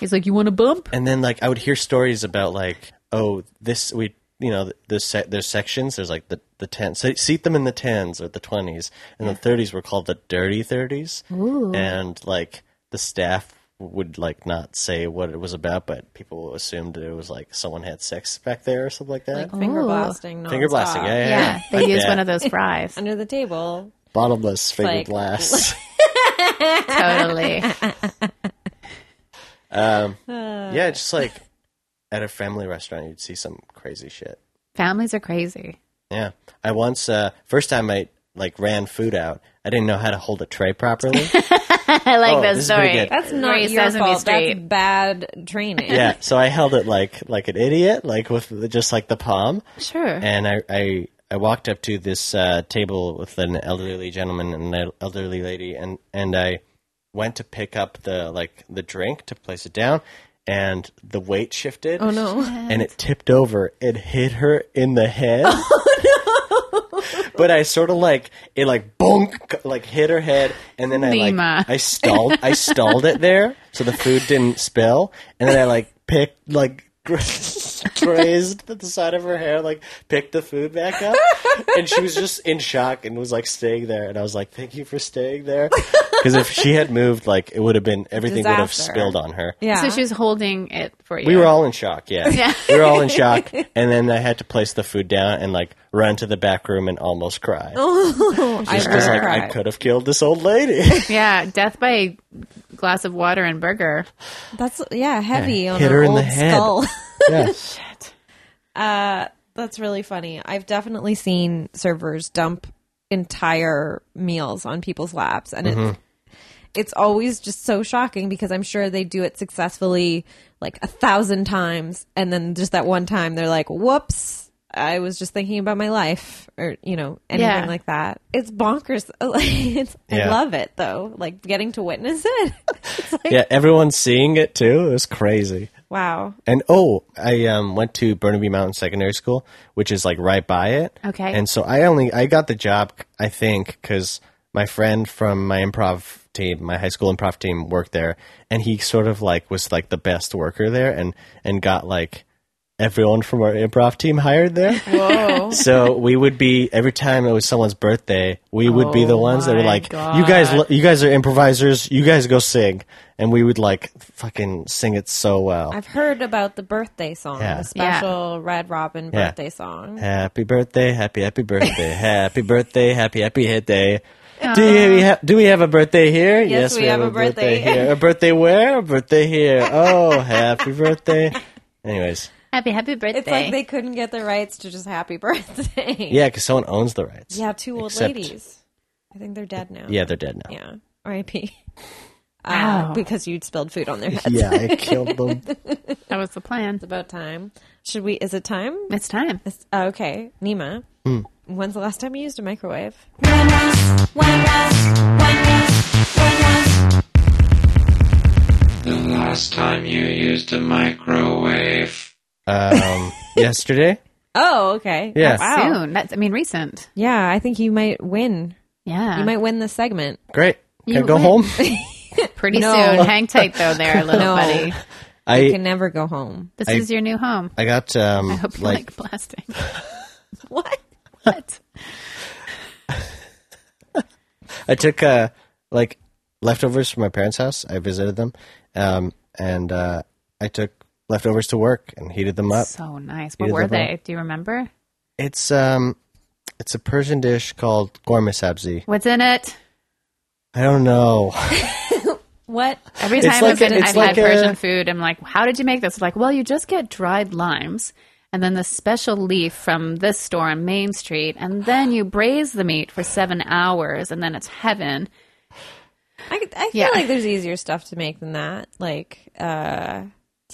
He's like, You want a bump?
and then like I would hear stories about like, oh, this we you know the se- there's sections. There's like the the ten se- seat them in the tens or the twenties, and the thirties were called the dirty thirties. And like the staff would like not say what it was about, but people assumed that it was like someone had sex back there or something like that.
Like finger
Ooh.
blasting,
Finger
nonstop.
blasting, yeah, yeah,
Yeah,
yeah.
they
Like
use
that.
one of those fries.
Under the table,
bottomless finger
like-
blasts.
totally.
um, yeah, just like at a family restaurant, you'd see some crazy shit.
Families are crazy.
Yeah. I once uh first time I like ran food out, I didn't know how to hold a tray properly.
I like
Oh,
that
this is pretty
story.
good.
That's not
Very
your
Sesame
fault.
Street.
That's bad training.
yeah. So I held it like like an idiot, like with the- just like the palm.
Sure.
And I I, I walked up to this uh, table with an elderly gentleman and an elderly lady and and I went to pick up the like the drink to place it down and the weight shifted
Oh no.
and it tipped over and hit her in the head. But I sort of like it, like bonk, like hit her head, and then I
Lima.
like I stalled, I stalled it there, so the food didn't spill, and then I like picked, like grazed the side of her hair, like picked the food back up, and she was just in shock and was like staying there, and I was like, "Thank you for staying there," because if she had moved, like it would have been everything would have
Disaster.
spilled on her.
Yeah.
So she was holding it for you.
We were all in shock, yeah. we were all in shock. And then I had to place the food down and like run to the back room and almost cry.
I
Just 'cause,
would
like I
cry.
could have killed this old lady.
yeah, death by a glass of water and burger.
That's yeah, heavy on
hit
her,
her in
old
the head.
skull.
yeah.
Uh, that's really funny. I've definitely seen servers dump entire meals on people's laps, and it's
Mm-hmm.
it's always just so shocking because I'm sure they do it successfully like a thousand times, and then just that one time they're like, "Whoops." I was just thinking about my life, or you know, anything
Yeah.
like that. It's bonkers. it's, I
Yeah.
love it though. Like getting to witness it. It's like,
yeah, everyone's seeing it too. It was crazy.
wow.
And oh, I um, went to Burnaby Mountain Secondary School, which is like right by it.
Okay.
And so I only I got the job I think because my friend from my improv team, my high school improv team, worked there, and he sort of like was like the best worker there, and and got like everyone from our improv team hired there.
Whoa.
so we would be every time it was someone's birthday, we would be the
Oh
ones that were
my
like,
God.
"You guys, lo- you guys are improvisers. You guys go sing," and we would like fucking sing it so well.
I've heard about the birthday song,
Yeah.
the special Red Robin
Yeah.
birthday song.
Happy birthday, happy happy birthday, happy birthday, happy happy hit day. Do you, we ha- do we have a birthday here?
Yes, we have a birthday.
here. A birthday where? A birthday here. Oh, happy birthday. Anyways,
Happy, happy birthday.
It's like they couldn't get the rights to just happy birthday.
yeah, because someone owns the rights.
Yeah, two old
Except-
ladies. I think they're dead now.
Yeah, they're dead now.
Yeah. R.I.P. Uh,
Wow.
because you'd spilled food on their heads.
Yeah, I killed them.
that was the plan.
It's about time. Should we? Is it time?
It's time.
It's- oh, okay, Nima.
Hmm.
When's the last time you used a microwave?
The last time you used a microwave.
Um, yesterday.
Oh, okay.
Yeah.
Wow.
Soon. That's, I mean, recent.
Yeah, I think you might win.
Yeah.
You might win this segment.
Great. Can
You
I go
win.
home?
Pretty
No.
soon. Hang tight, though, there, little
No.
buddy.
You
I
can never go home.
This
I-
is your new home.
I got um
I hope you
like,
like, plastic.
What?
what?
I took uh like leftovers from my parents' house. I visited them, um, and uh, I took leftovers to work and heated them up.
So nice. What
Either
were
of them.
they? Do you remember?
It's um, it's a Persian dish called gourmet sabzi.
What's in it?
I don't know.
What?
Every
It's
time
like
I've, been,
a- it's
I've had
like
Persian
a-
food, I'm like, how did you make this? Like, well, you just get dried limes and then the special leaf from this store on Main Street, and then you braise the meat for seven hours, and then it's heaven.
I, could- I feel
Yeah.
like there's easier stuff to make than that, like uh,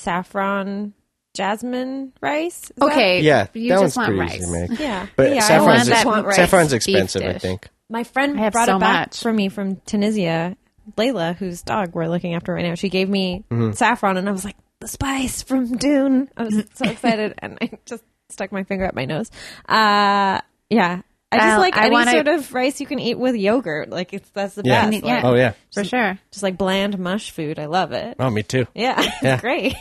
saffron, jasmine rice. Is that-
Okay.
yeah,
You
that
just
one's
want
pretty
rice.
easy to make.
Yeah.
But
yeah, I
saffron's,
want that
ex-
want rice.
saffron's
Beef
expensive, I
dish.
think.
My friend
I have
brought
so
it back
much.
for me from Tunisia. Layla, whose dog we're looking after right now, she gave me
Mm-hmm.
saffron, and I was like, the spice from Dune. I was so excited, and I just stuck my finger up my nose. Uh, yeah. I just
Well,
like
I
any
wanna-
sort of rice you can eat with yogurt. Like it's that's the
Yeah.
best.
Yeah.
Like,
Oh yeah.
For sure.
Just like bland mush food. I love it.
Oh, me too.
Yeah, it's
Yeah.
great.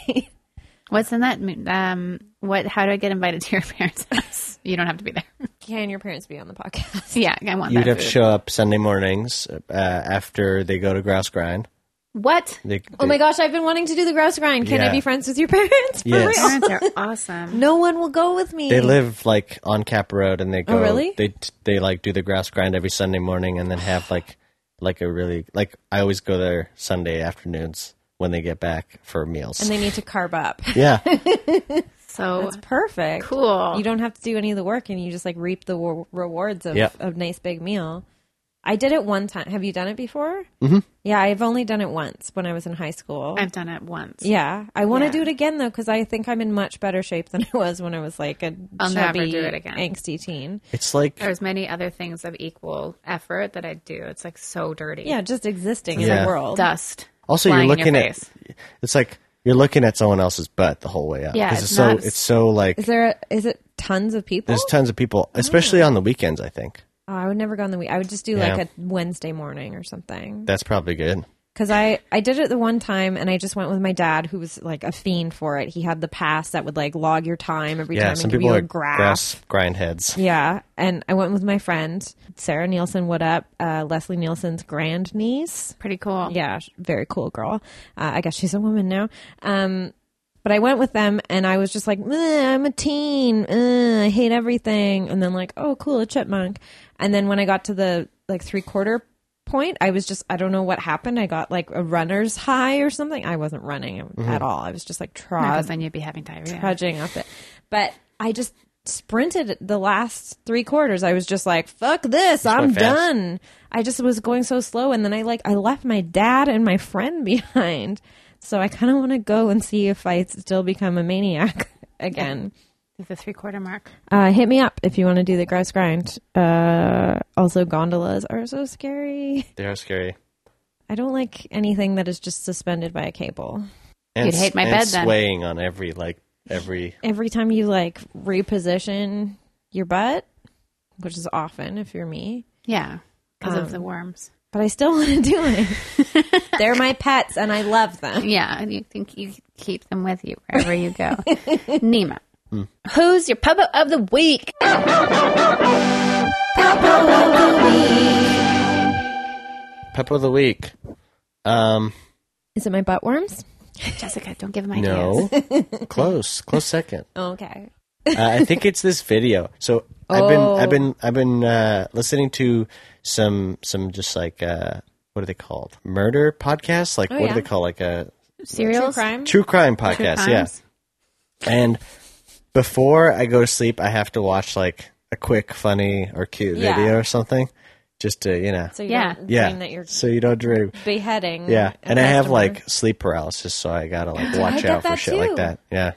What's in that? Um, what? How do I get invited to your parents' house? You don't have to be there.
Can your parents be on the podcast?
yeah, I want
You'd
that.
have
food.
to show up Sunday mornings uh, after they go to grouse grind.
what?
They,
Oh my gosh, I've been wanting to do the grouse grind. Can I
Yeah.
be friends with your parents? For
Yes.
real?
Parents are awesome.
No one will go with me.
They live like on Cap Road, and they
Oh,
go.
really?
They they like do the grass grind every Sunday morning, and then have like like a really like I always go there Sunday afternoons when they get back for meals.
and they need to carb up.
yeah,
So
That's perfect.
cool.
You don't have to do any of the work, and you just like reap the wa- rewards of
Yep.
a nice big meal. I did it one time. Have you done it before? Mm-hmm. Yeah, I've only done it once when I was in high school.
I've done it once.
yeah, I want to
Yeah.
do it again though because I think I'm in much better shape than I was when I was like a
I'll never
chubby,
do it again.
angsty teen.
it's like
There's many other things of equal effort that I do. It's like so dirty.
Yeah, just existing in
Yeah.
the
Oh.
world.
Dust.
also you're
flying in
looking
your
at
face.
it's like you're looking at someone else's butt the whole way up.
Yeah,
'Cause
it's
it's, so
not-
it's so like
Is there? A, is it tons of people?
there's tons of people,
Mm.
especially on the weekends. I think
oh, I would never go on the week. I would just do
Yeah.
like a Wednesday morning or something.
that's probably good.
Because I, I did it the one time and I just went with my dad, who was like a fiend for it. He had the pass that would like log your time every
Yeah,
time
some
and give
people
you
are
a graph.
grass grind heads.
Yeah. And I went with my friend, Sarah Nielsen, what up? Uh, Leslie Nielsen's grand niece.
Pretty cool.
Yeah, sh- very cool girl. Uh, I guess she's a woman now. Um, but I went with them and I was just like, "Ugh, I'm a teen. Ugh, I hate everything. And then like, oh, cool, a chipmunk. And then when I got to the like three quarter point, I was just, I don't know what happened. I got like a runner's high or something. I wasn't running at all. I was just like trod,
Because then you'd be having diarrhea.
trudging up it. But I just sprinted the last three quarters. I was just like, fuck this, I'm
went fast.
done. I just was going so slow and then I like I left my dad and my friend behind. So I kinda wanna go and see if I still become a maniac again.
the three quarter mark.
Uh, hit me up if you want to do the grouse grind. Uh, also, gondolas are so scary.
They are scary.
I don't like anything that is just suspended by a cable.
And,
You'd hate my
and
bed then.
swaying on every like every
every time you like reposition your butt, which is often if you're me,
Yeah. Um, Because of the worms.
but I still want to do it. They're my pets and I love them.
Yeah. And you think you keep them with you wherever you go. Nima. Who's your puppet of the week?
Peppo of the week. Um,
Is it my butt worms?
Jessica, don't give him ideas.
no, close, close second.
Okay.
Uh, I think it's this video. So I've
Oh.
been, I've been, I've been uh, listening to some, some just like uh, what are they called? Murder podcasts? Like
Oh,
what
yeah.
do they call like a
Serials?
crime.
true crime podcast?
crimes?
yeah. And before I go to sleep, I have to watch like a quick, funny or cute
Yeah.
video or something, just to you know,
So you
Yeah.
don't
yeah,
dream that you're
so you don't dream.
beheading.
Yeah,
a
and I have
customer.
like sleep paralysis, so I gotta like
I
watch
get
out for
that
shit
too. Uh-huh.
like that. Yeah.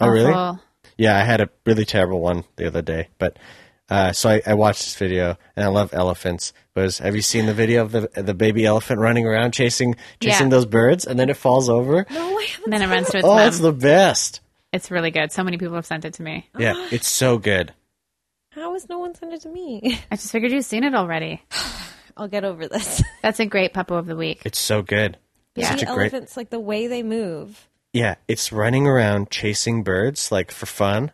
Oh really?
Awful.
Yeah, I had a really terrible one the other day, but uh, so I, I watched this video, and I love elephants. Was have you seen the video of the the baby elephant running around chasing chasing
Yeah.
those birds, and then it falls over?
No, I haven't
And then it runs to its
Oh,
mom.
it's the best.
It's really good. So many people have sent it to me.
Yeah, it's so good.
How has no one sent it to me?
I just figured you've seen it already.
I'll get over this.
That's a great Puppo of the Week.
It's so good.
Yeah.
Such
the
a great.
elephants, like the way they move.
Yeah, it's running around chasing birds like for fun,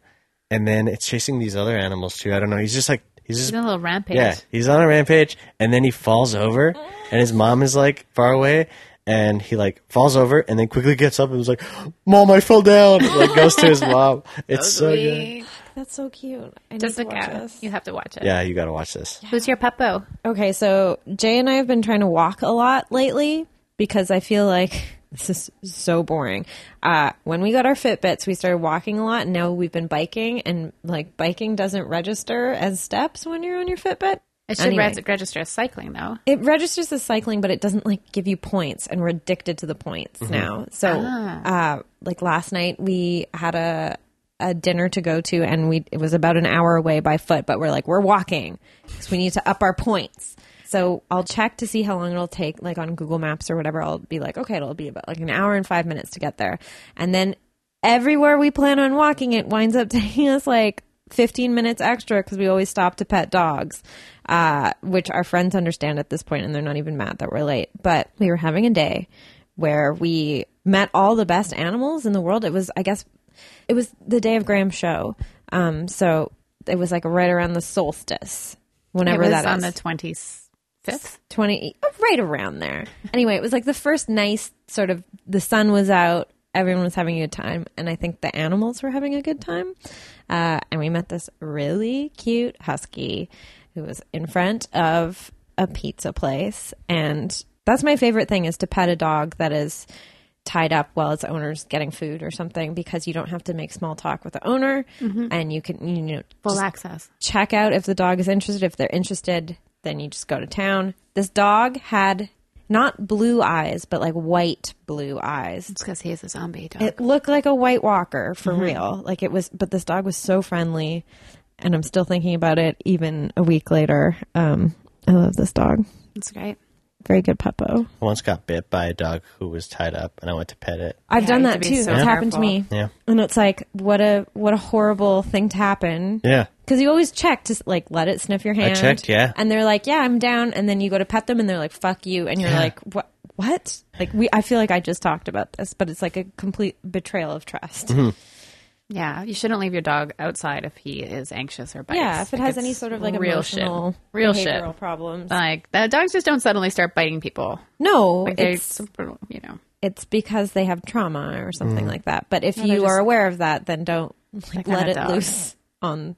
and then it's chasing these other animals too. I don't know. He's just like he's just
It's a little rampage.
Yeah, he's on a rampage, and then he falls over, and his mom is like far away, and he like falls over, and then quickly gets up and was like, "Mom, I fell down!" and, like goes to his mom. It's so good.
That's so cute. I need to watch
Jessica,
this.
you have to watch it.
Yeah, you gotta watch this.
Who's your Puppo?
Okay, so Jay and I have been trying to walk a lot lately because I feel like this is so boring. Uh, when we got our Fitbits, we started walking a lot, and now we've been biking, and like biking doesn't register as steps when you're on your Fitbit.
It should
Anyway.
reg- register as cycling, though.
It registers as cycling, but it doesn't like give you points, and we're addicted to the points now. So, uh, like last night, we had a a dinner to go to, and we it was about an hour away by foot, but we're like we're walking because we need to up our points. So I'll check to see how long it'll take, like on Google Maps or whatever. I'll be like, okay, it'll be about like an hour and five minutes to get there, and then everywhere we plan on walking, it winds up taking us like 15 minutes extra because we always stop to pet dogs, uh, which our friends understand at this point and they're not even mad that we're late. But we were having a day where we met all the best animals in the world. It was, I guess, it was the day of Graham's show. Um, so it was like right around the solstice, whenever
it was
that
on
is.
the 25th.
20 right around there anyway it was like the first nice sort of the sun was out everyone was having a good time and i think the animals were having a good time uh, and we met this really cute husky who was in front of a pizza place and that's my favorite thing is to pet a dog that is tied up while its owner's getting food or something because you don't have to make small talk with the owner and you can you know
Full access.
check out if the dog is interested. If they're interested, then you just go to town. This dog had not blue eyes, but like white blue eyes.
It's because he is a zombie dog.
It looked like a white walker for
Mm-hmm.
real. Like it was, but this dog was so friendly, and I'm still thinking about it even a week later. Um, I love this dog.
That's great.
Very good puppo.
I once got bit by a dog who was tied up, and I went to pet it.
I've
Yeah,
done
you have
that
to
too.
be
It's
so
happened to
careful.
me,
Yeah,
and it's like what a what a horrible thing to happen.
yeah,
Because you always check to like let it sniff your hand.
checked, yeah.
And they're like, "Yeah, I'm down." And then you go to pet them, and they're like, "Fuck you!" And you're like, "What? What?" Like we, I feel like I just talked about this, but it's like a complete betrayal of trust.
Mm-hmm.
Yeah, you shouldn't leave your dog outside if he is anxious or bites.
Yeah, if it
Like,
has any
it's
sort of like
real
emotional,
shit. real
behavioral
shit.
problems.
Like the dogs just don't suddenly start biting people.
no,
Like they,
it's
you know,
it's because they have trauma or
Mm.
something like that. But if
they're
you are
just-
aware of that, then don't like,
kinda
let it
dog.
loose on.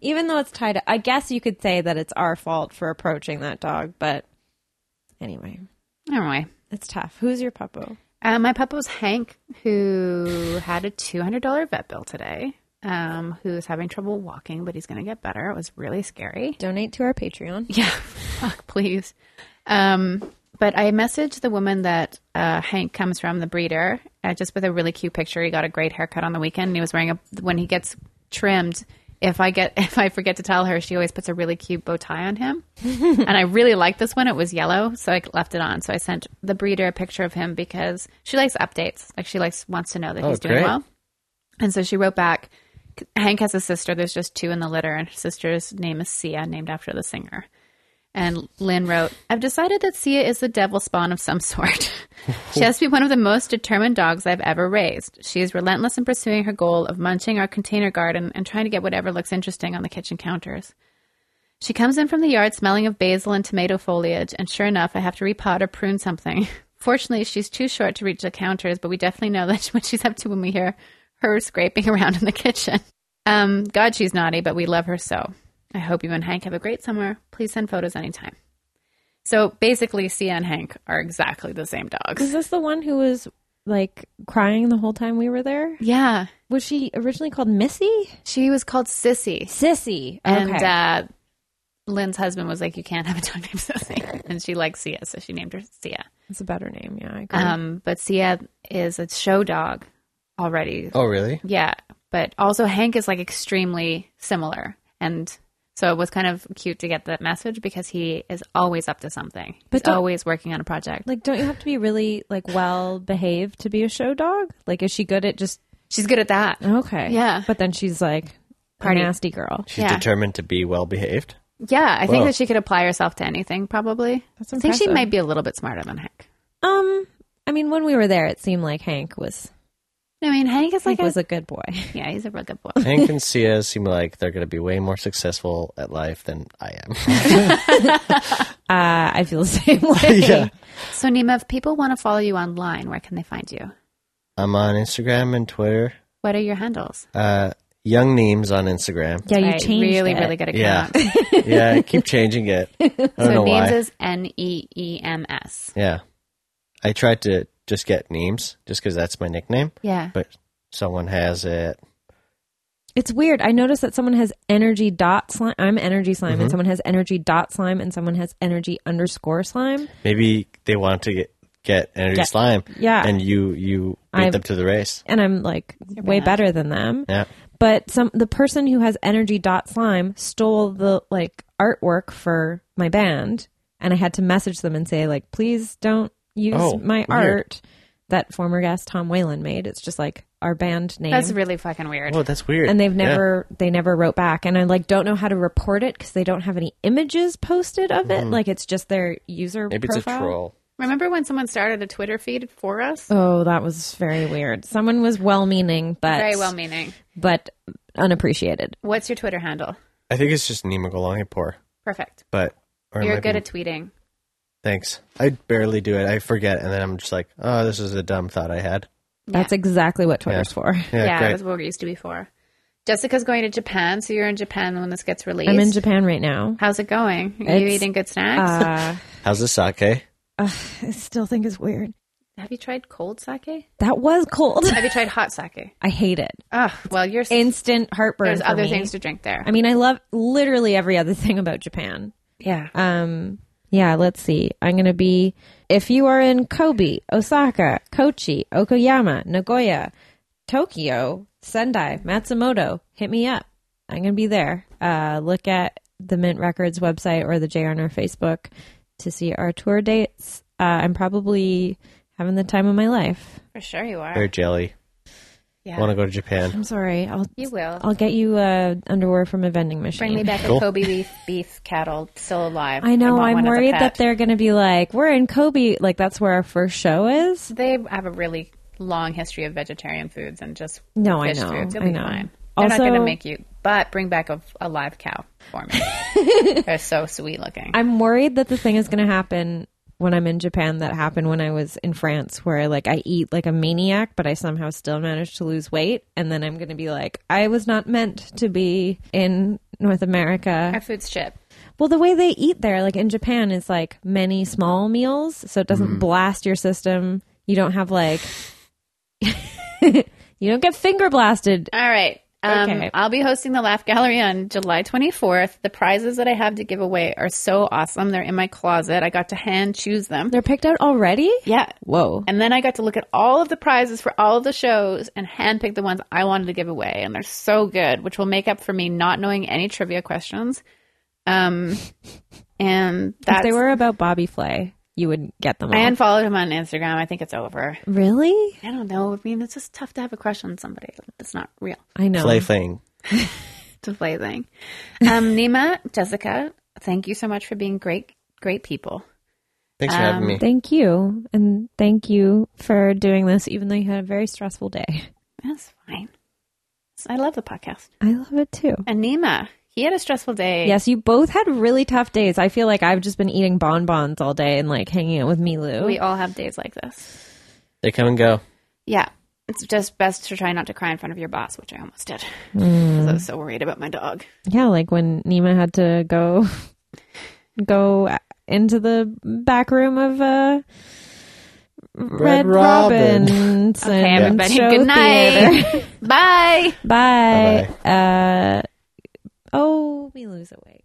Even though it's tied, up. I guess you could say that it's our fault for approaching that dog. But anyway.
anyway.
It's tough. Who's your puppo?
Uh, my pup was Hank, who had a two hundred dollar vet bill today. Um, who's having trouble walking, but he's going to get better. It was really scary.
Donate to our Patreon.
Yeah, fuck, please. Um, but I messaged the woman that uh, Hank comes from, the breeder, uh, just with a really cute picture. He got a great haircut on the weekend. And he was wearing a when he gets trimmed. If I get if I forget to tell her, she always puts a really cute bow tie on him. and I really liked this one. It was yellow, so I left it on. So I sent the breeder a picture of him because she likes updates. Like she likes wants to know that
Oh,
he's doing
great.
well. And so she wrote back. Hank has a sister. There's just two in the litter, and her sister's name is Sia, named after the singer. And Lynn wrote, I've decided that Sia is the devil spawn of some sort. she has to be one of the most determined dogs I've ever raised. She is relentless in pursuing her goal of munching our container garden and trying to get whatever looks interesting on the kitchen counters. She comes in from the yard smelling of basil and tomato foliage, and sure enough, I have to repot or prune something. Fortunately, she's too short to reach the counters, but we definitely know that what she's up to when we hear her scraping around in the kitchen. Um, God, she's naughty, but we love her so. I hope you and Hank have a great summer. Please send photos anytime. So basically, Sia and Hank are exactly the same
Is
dogs.
this the one who was like crying the whole time we were there?
Yeah.
Was she originally called Missy?
She was called Sissy.
Sissy.
And uh, Lynn's husband was like, You can't have a dog named Sissy. And she likes Sia, so she named her Sia.
That's a better name. Yeah, I agree.
Um, but Sia is a show dog already.
Oh, really?
Yeah. But also, Hank is like extremely similar. And so it was kind of cute to get that message because he is always up to something.
But
He's
don't-
always working on a project.
like, don't you have to be really like well behaved to be a show dog? Like, is she good at just
She's good at that.
okay?
Yeah.
But then she's like a
Party.
nasty girl.
She's
Yeah.
determined to be well behaved.
Yeah, I think
Wow.
that she could apply herself to anything, probably.
That's
I think she
impressive.
might be a little bit smarter than Hank.
Um, I mean, when we were there, it seemed like Hank was
I mean, Hank is like a,
Hank was a good boy.
yeah, he's a real good boy.
Hank and Sia seem like they're going to be way more successful at life than I am.
Uh, I feel the same way.
Yeah.
so, Nima, if people want to follow you online, where can they find you?
I'm on Instagram and Twitter.
What are your handles?
Uh, Young Neem's on Instagram.
Yeah, you
Right,
changed
really,
it.
really good
Yeah.
account.
Yeah, I keep changing it. I don't know
so,
why.
Neems is N E E M S.
yeah. I tried to just get Neems just because that's my nickname,
Yeah,
but someone has it.
It's weird. I noticed that someone has energy dot slime. I'm energy slime,
Mm-hmm.
and someone has energy dot slime, and someone has energy underscore slime.
Maybe they want to get, get Energy
Get-
Slime.
yeah.
And you, you beat
I've-
them to the race.
And I'm like
You're
way
bad.
better than them.
Yeah.
But some the person who has energy dot slime stole the like artwork for my band, and I had to message them and say like, please don't use
Oh,
my
weird.
art that former guest Tom Whalen made. It's just like our band name.
that's really fucking weird.
Oh, that's weird.
and they've
Yeah.
never they never wrote back and i like don't know how to report it because they don't have any images posted of it like it's just their user
Mm-hmm. Maybe
profile.
it's a troll.
Remember when someone started a Twitter feed for us?
oh that was very weird someone was well-meaning but
Very well meaning.
but unappreciated
What's your Twitter handle?
I think it's just Nima Golangapur,
Perfect.
but or it
You're
might
good
be-
at tweeting.
Thanks. I barely do it. I forget, and then I'm just like, oh, this is a dumb thought I had.
that's exactly what twitter's for
Yeah,
yeah,
great.
that's what we're used to before. Jessica's going to Japan, so you're in Japan when this gets released.
i'm in japan right now
How's it going? Are you
It's,
eating good snacks?
uh,
How's the sake?
i still think it's weird
Have you tried cold sake?
that was cold
Have you tried hot sake?
i hate it
Oh, well, you're
instant heartburn
there's
for
other
me.
things to drink there.
i mean i love literally every other thing about japan
yeah.
Um, yeah, let's see. I'm going to be, if you are in Kobe, Osaka, Kochi, Okoyama, Nagoya, Tokyo, Sendai, Matsumoto, hit me up. I'm going to be there. Uh, look at the Mint Records website or the JRNR Facebook to see our tour dates. Uh, I'm probably having the time of my life.
For sure you are.
Very jelly.
Yeah.
Want to go to Japan?
I'm sorry. I'll
You will.
I'll get you uh, underwear from a vending machine.
Bring me back
Cool.
a Kobe beef, beef cattle still alive.
I know.
want
I'm
one as a
worried that
pet.
they're going to be like, we're in Kobe. Like, that's where our first show is.
They have a really long history of vegetarian foods and just
No, I
fish
know.
foods. You'll
I
be
know.
fine. They're not
Also-
going to make you, but bring back a, a live cow for me. they're so sweet looking.
I'm worried that the thing is going to happen when I'm in Japan that happened when I was in France, where like I eat like a maniac, but I somehow still manage to lose weight. And then I'm going to be like, I was not meant to be in North
Our
America.
food's shit.
Well, the way they eat there, like in Japan, is like many small meals. So it doesn't blast your system. You don't have like, you don't get finger blasted
All right. Um,
Okay.
I'll be hosting the Laugh Gallery on July 24th. The prizes that I have to give away are so awesome. They're in my closet. I got to hand choose them.
They're picked out already?
Yeah.
Whoa.
And then I got to look at all of the prizes for all of the shows and handpick the ones I wanted to give away. And they're so good, which will make up for me not knowing any trivia questions. Um, and
If
that's,
they were about Bobby Flay, you would get them all.
I unfollowed him on Instagram. I think it's over.
really?
I don't know. I mean, it's just tough to have a crush on somebody that's not real.
I know.
Play thing.
to play thing. Um, Nima, Jessica, Thank you so much for being great, great people.
Thanks for having
Um,
me.
Thank you. And thank you for doing this, even though you had a very stressful day.
That's fine. I love the podcast.
I love it too.
And Nima, he had a stressful day.
Yes, you both had really tough days. I feel like I've just been eating bonbons all day and like hanging out with Milu.
We all have days like this.
They come and go.
Yeah. It's just best to try not to cry in front of your boss, which I almost did.
Hmm.
'Cause I was so worried about my dog.
Yeah, like when Nima had to go go into the back room of uh Red,
Robin.
Robins
Okay,
and
everybody.
show
Good
theater.
night. Bye.
Bye. Uh oh, Milu's awake.